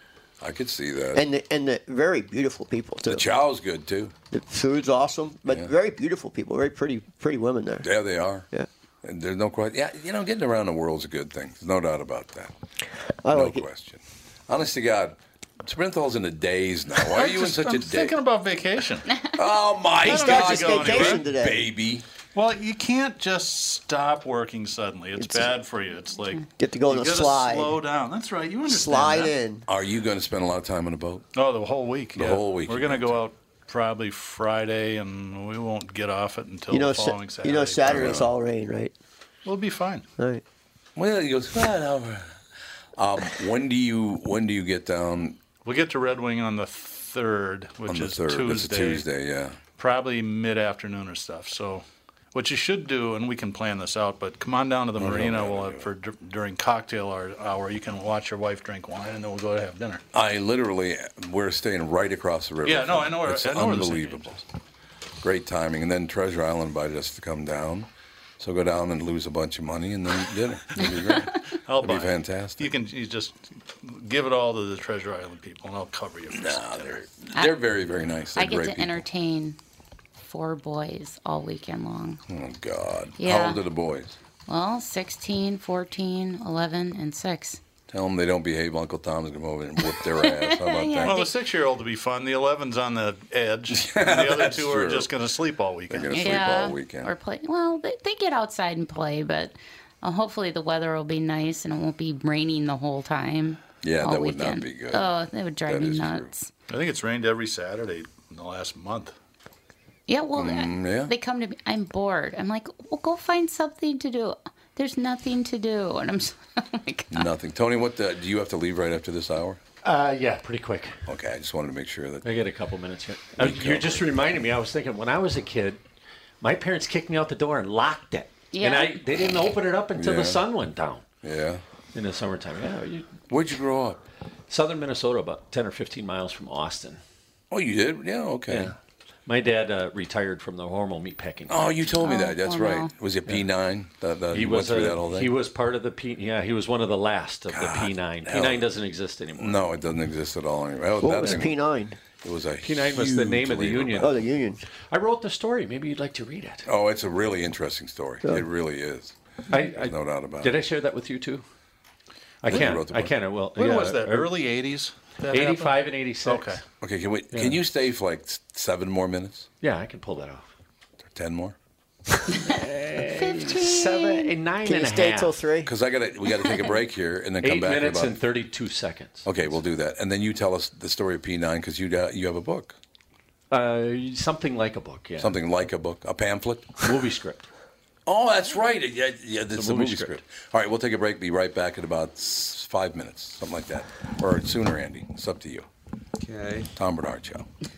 Speaker 1: I could see that.
Speaker 3: and the, and the very beautiful people too.
Speaker 1: the chow's good too.
Speaker 3: The food's awesome, but very beautiful people, very pretty pretty women there.
Speaker 1: Yeah, they are.
Speaker 3: Yeah.
Speaker 1: And there's no question. Yeah, you know, getting around the world's a good thing. There's no doubt about that.
Speaker 3: I
Speaker 1: no
Speaker 3: like it.
Speaker 1: question. Honest to God, Sprinthal's in a daze now. Why
Speaker 2: I
Speaker 1: are you in
Speaker 2: just-
Speaker 1: such
Speaker 2: I'm
Speaker 1: a daze?
Speaker 2: thinking about vacation.
Speaker 1: Oh my
Speaker 2: He
Speaker 1: God!
Speaker 2: starts his
Speaker 1: going
Speaker 2: vacation
Speaker 1: anywhere,
Speaker 2: today.
Speaker 1: baby.
Speaker 2: Well, you can't just stop working suddenly. It's, bad for you. It's like
Speaker 3: Get to go
Speaker 2: you
Speaker 3: on a
Speaker 2: gotta
Speaker 3: slide.
Speaker 2: Slow down. That's right. You understand? that.
Speaker 1: Are you going to spend a lot of time on a boat?
Speaker 2: Oh, the whole week.
Speaker 1: The
Speaker 2: yeah.
Speaker 1: whole week.
Speaker 2: We're gonna go out probably Friday, and we won't get off it until
Speaker 3: You know,
Speaker 2: the
Speaker 3: Sa-
Speaker 2: following Saturday.
Speaker 3: you know, Saturday's all rain, right?
Speaker 2: We'll be fine.
Speaker 3: Right.
Speaker 1: Well, he goes. "Well, over." Um, when do you when do you get down?
Speaker 2: We'll get to Red Wing on the third, which
Speaker 1: On the
Speaker 2: is
Speaker 1: 3rd. That's a
Speaker 2: Tuesday.
Speaker 1: Tuesday, yeah.
Speaker 2: Probably mid afternoon or stuff. So, what you should do, and we can plan this out, but come on down to the
Speaker 1: no,
Speaker 2: marina.
Speaker 1: no,
Speaker 2: we'll have for dur- during cocktail hour, hour. You can watch your wife drink wine, and then we'll go to have dinner.
Speaker 1: I literally we're staying right across the river.
Speaker 2: Yeah, no, I know where-
Speaker 1: It's
Speaker 2: I know where the St.
Speaker 1: unbelievable. Great timing, and then Treasure Island invited us to come down, so go down and lose a bunch of money, and then dinner. It'll be great.
Speaker 2: I'll
Speaker 1: It'll be
Speaker 2: buy it.
Speaker 1: fantastic.
Speaker 2: You can you just give it all to the Treasure Island people, and I'll cover you. For nah,
Speaker 1: they're They're very very nice. They're
Speaker 6: I get
Speaker 1: great
Speaker 6: to
Speaker 1: people.
Speaker 6: entertain four boys all weekend long.
Speaker 2: Hmm.
Speaker 1: Oh God! How
Speaker 6: Yeah.
Speaker 1: old are the boys?
Speaker 6: Well, 16, 14, 11, and 6.
Speaker 1: Tell them they don't behave. Uncle Tom's gonna come over and whip their ass. How about
Speaker 6: Yeah,
Speaker 1: that?
Speaker 2: Well, the six-year-old will be fun. The 11's on the edge. and the other
Speaker 1: That's
Speaker 2: two are
Speaker 1: true.
Speaker 2: just going to sleep all weekend.
Speaker 1: They're gonna
Speaker 6: Or play. Well, they, they get outside and play, but uh, hopefully the weather will be nice and it won't be raining the whole time.
Speaker 2: Yeah,
Speaker 6: all
Speaker 2: that would not
Speaker 6: weekend.
Speaker 2: be good.
Speaker 6: Oh, that would drive
Speaker 2: That
Speaker 6: me
Speaker 2: is true.
Speaker 6: nuts.
Speaker 2: I think it's rained every Saturday in the last month.
Speaker 6: Yeah, well,
Speaker 2: Mm,
Speaker 6: I-
Speaker 2: yeah.
Speaker 6: they come to me. I'm bored. I'm like, well, go find something to do. There's nothing to do, and I'm so,
Speaker 1: Nothing. Tony, what the, do you have to leave right after this hour?
Speaker 4: Uh, yeah, pretty quick.
Speaker 1: Okay, I just wanted to make sure that
Speaker 4: I get a couple minutes here.
Speaker 1: We
Speaker 4: Uh, you're
Speaker 1: covered.
Speaker 4: just reminding me. I was thinking when I was a kid, my parents kicked me out the door and locked it, and
Speaker 1: Yeah.
Speaker 4: I they didn't open it up until
Speaker 1: Yeah.
Speaker 4: the sun went down
Speaker 1: Yeah.
Speaker 4: in the summertime. Yeah, you,
Speaker 1: where'd you grow up?
Speaker 4: Southern Minnesota, about ten or fifteen miles from Austin.
Speaker 1: Oh, you did? Yeah. Okay.
Speaker 4: Yeah. My dad uh, retired from the Hormel meatpacking.
Speaker 1: Oh, you told me that. That's
Speaker 4: wow.
Speaker 1: right. Was it P nine?
Speaker 4: he
Speaker 1: you
Speaker 4: was
Speaker 1: went
Speaker 4: a-
Speaker 1: through that all day.
Speaker 4: he was part of the P. Yeah, he was one of the last of the P nine. P
Speaker 1: hell.
Speaker 4: nine doesn't exist anymore.
Speaker 1: No, it doesn't exist at all anymore.
Speaker 4: What was
Speaker 3: P9?
Speaker 1: It was a
Speaker 4: P9 was the
Speaker 1: huge
Speaker 4: name of the
Speaker 1: labor
Speaker 4: union.
Speaker 1: movement.
Speaker 4: Oh, the
Speaker 3: union.
Speaker 4: I wrote the story. Maybe you'd like to read it.
Speaker 1: Oh, it's a really interesting story.
Speaker 4: Yeah.
Speaker 1: It really is.
Speaker 4: I-
Speaker 1: There's no doubt about
Speaker 4: Did
Speaker 1: it.
Speaker 4: I share that with you too? I
Speaker 1: When you
Speaker 4: can't.
Speaker 1: wrote the
Speaker 4: I
Speaker 1: book.
Speaker 4: can't. I will.
Speaker 2: When
Speaker 4: yeah, er,
Speaker 2: was that?
Speaker 4: I-
Speaker 2: Early 80s? that
Speaker 4: 85
Speaker 2: happened?
Speaker 4: and 86.
Speaker 2: Okay.
Speaker 1: Okay, can we? Can you stay for like s- seven more minutes?
Speaker 4: Yeah, I can pull that off.
Speaker 1: Or ten more?
Speaker 4: Fifteen. Seven, eh, nine
Speaker 3: Can you
Speaker 4: and a
Speaker 3: stay
Speaker 4: half.
Speaker 3: till three?
Speaker 1: Because I got to we got to take a break here and then
Speaker 4: Eight
Speaker 1: come back.
Speaker 4: minutes
Speaker 1: in about,
Speaker 4: and 32 seconds.
Speaker 1: Okay, we'll do that, and then you tell us the story of P nine because you got, you have a book.
Speaker 4: Uh, something like a book, yeah.
Speaker 1: Something like a book, a pamphlet,
Speaker 4: movie script.
Speaker 1: Oh, that's right. Yeah, yeah that's
Speaker 4: It's
Speaker 1: a movie, script. All right, we'll take a break. Be right back in about s- five minutes, something like that, or sooner, Andy. It's up to you.
Speaker 12: Okay.
Speaker 1: Tom Bernard Show.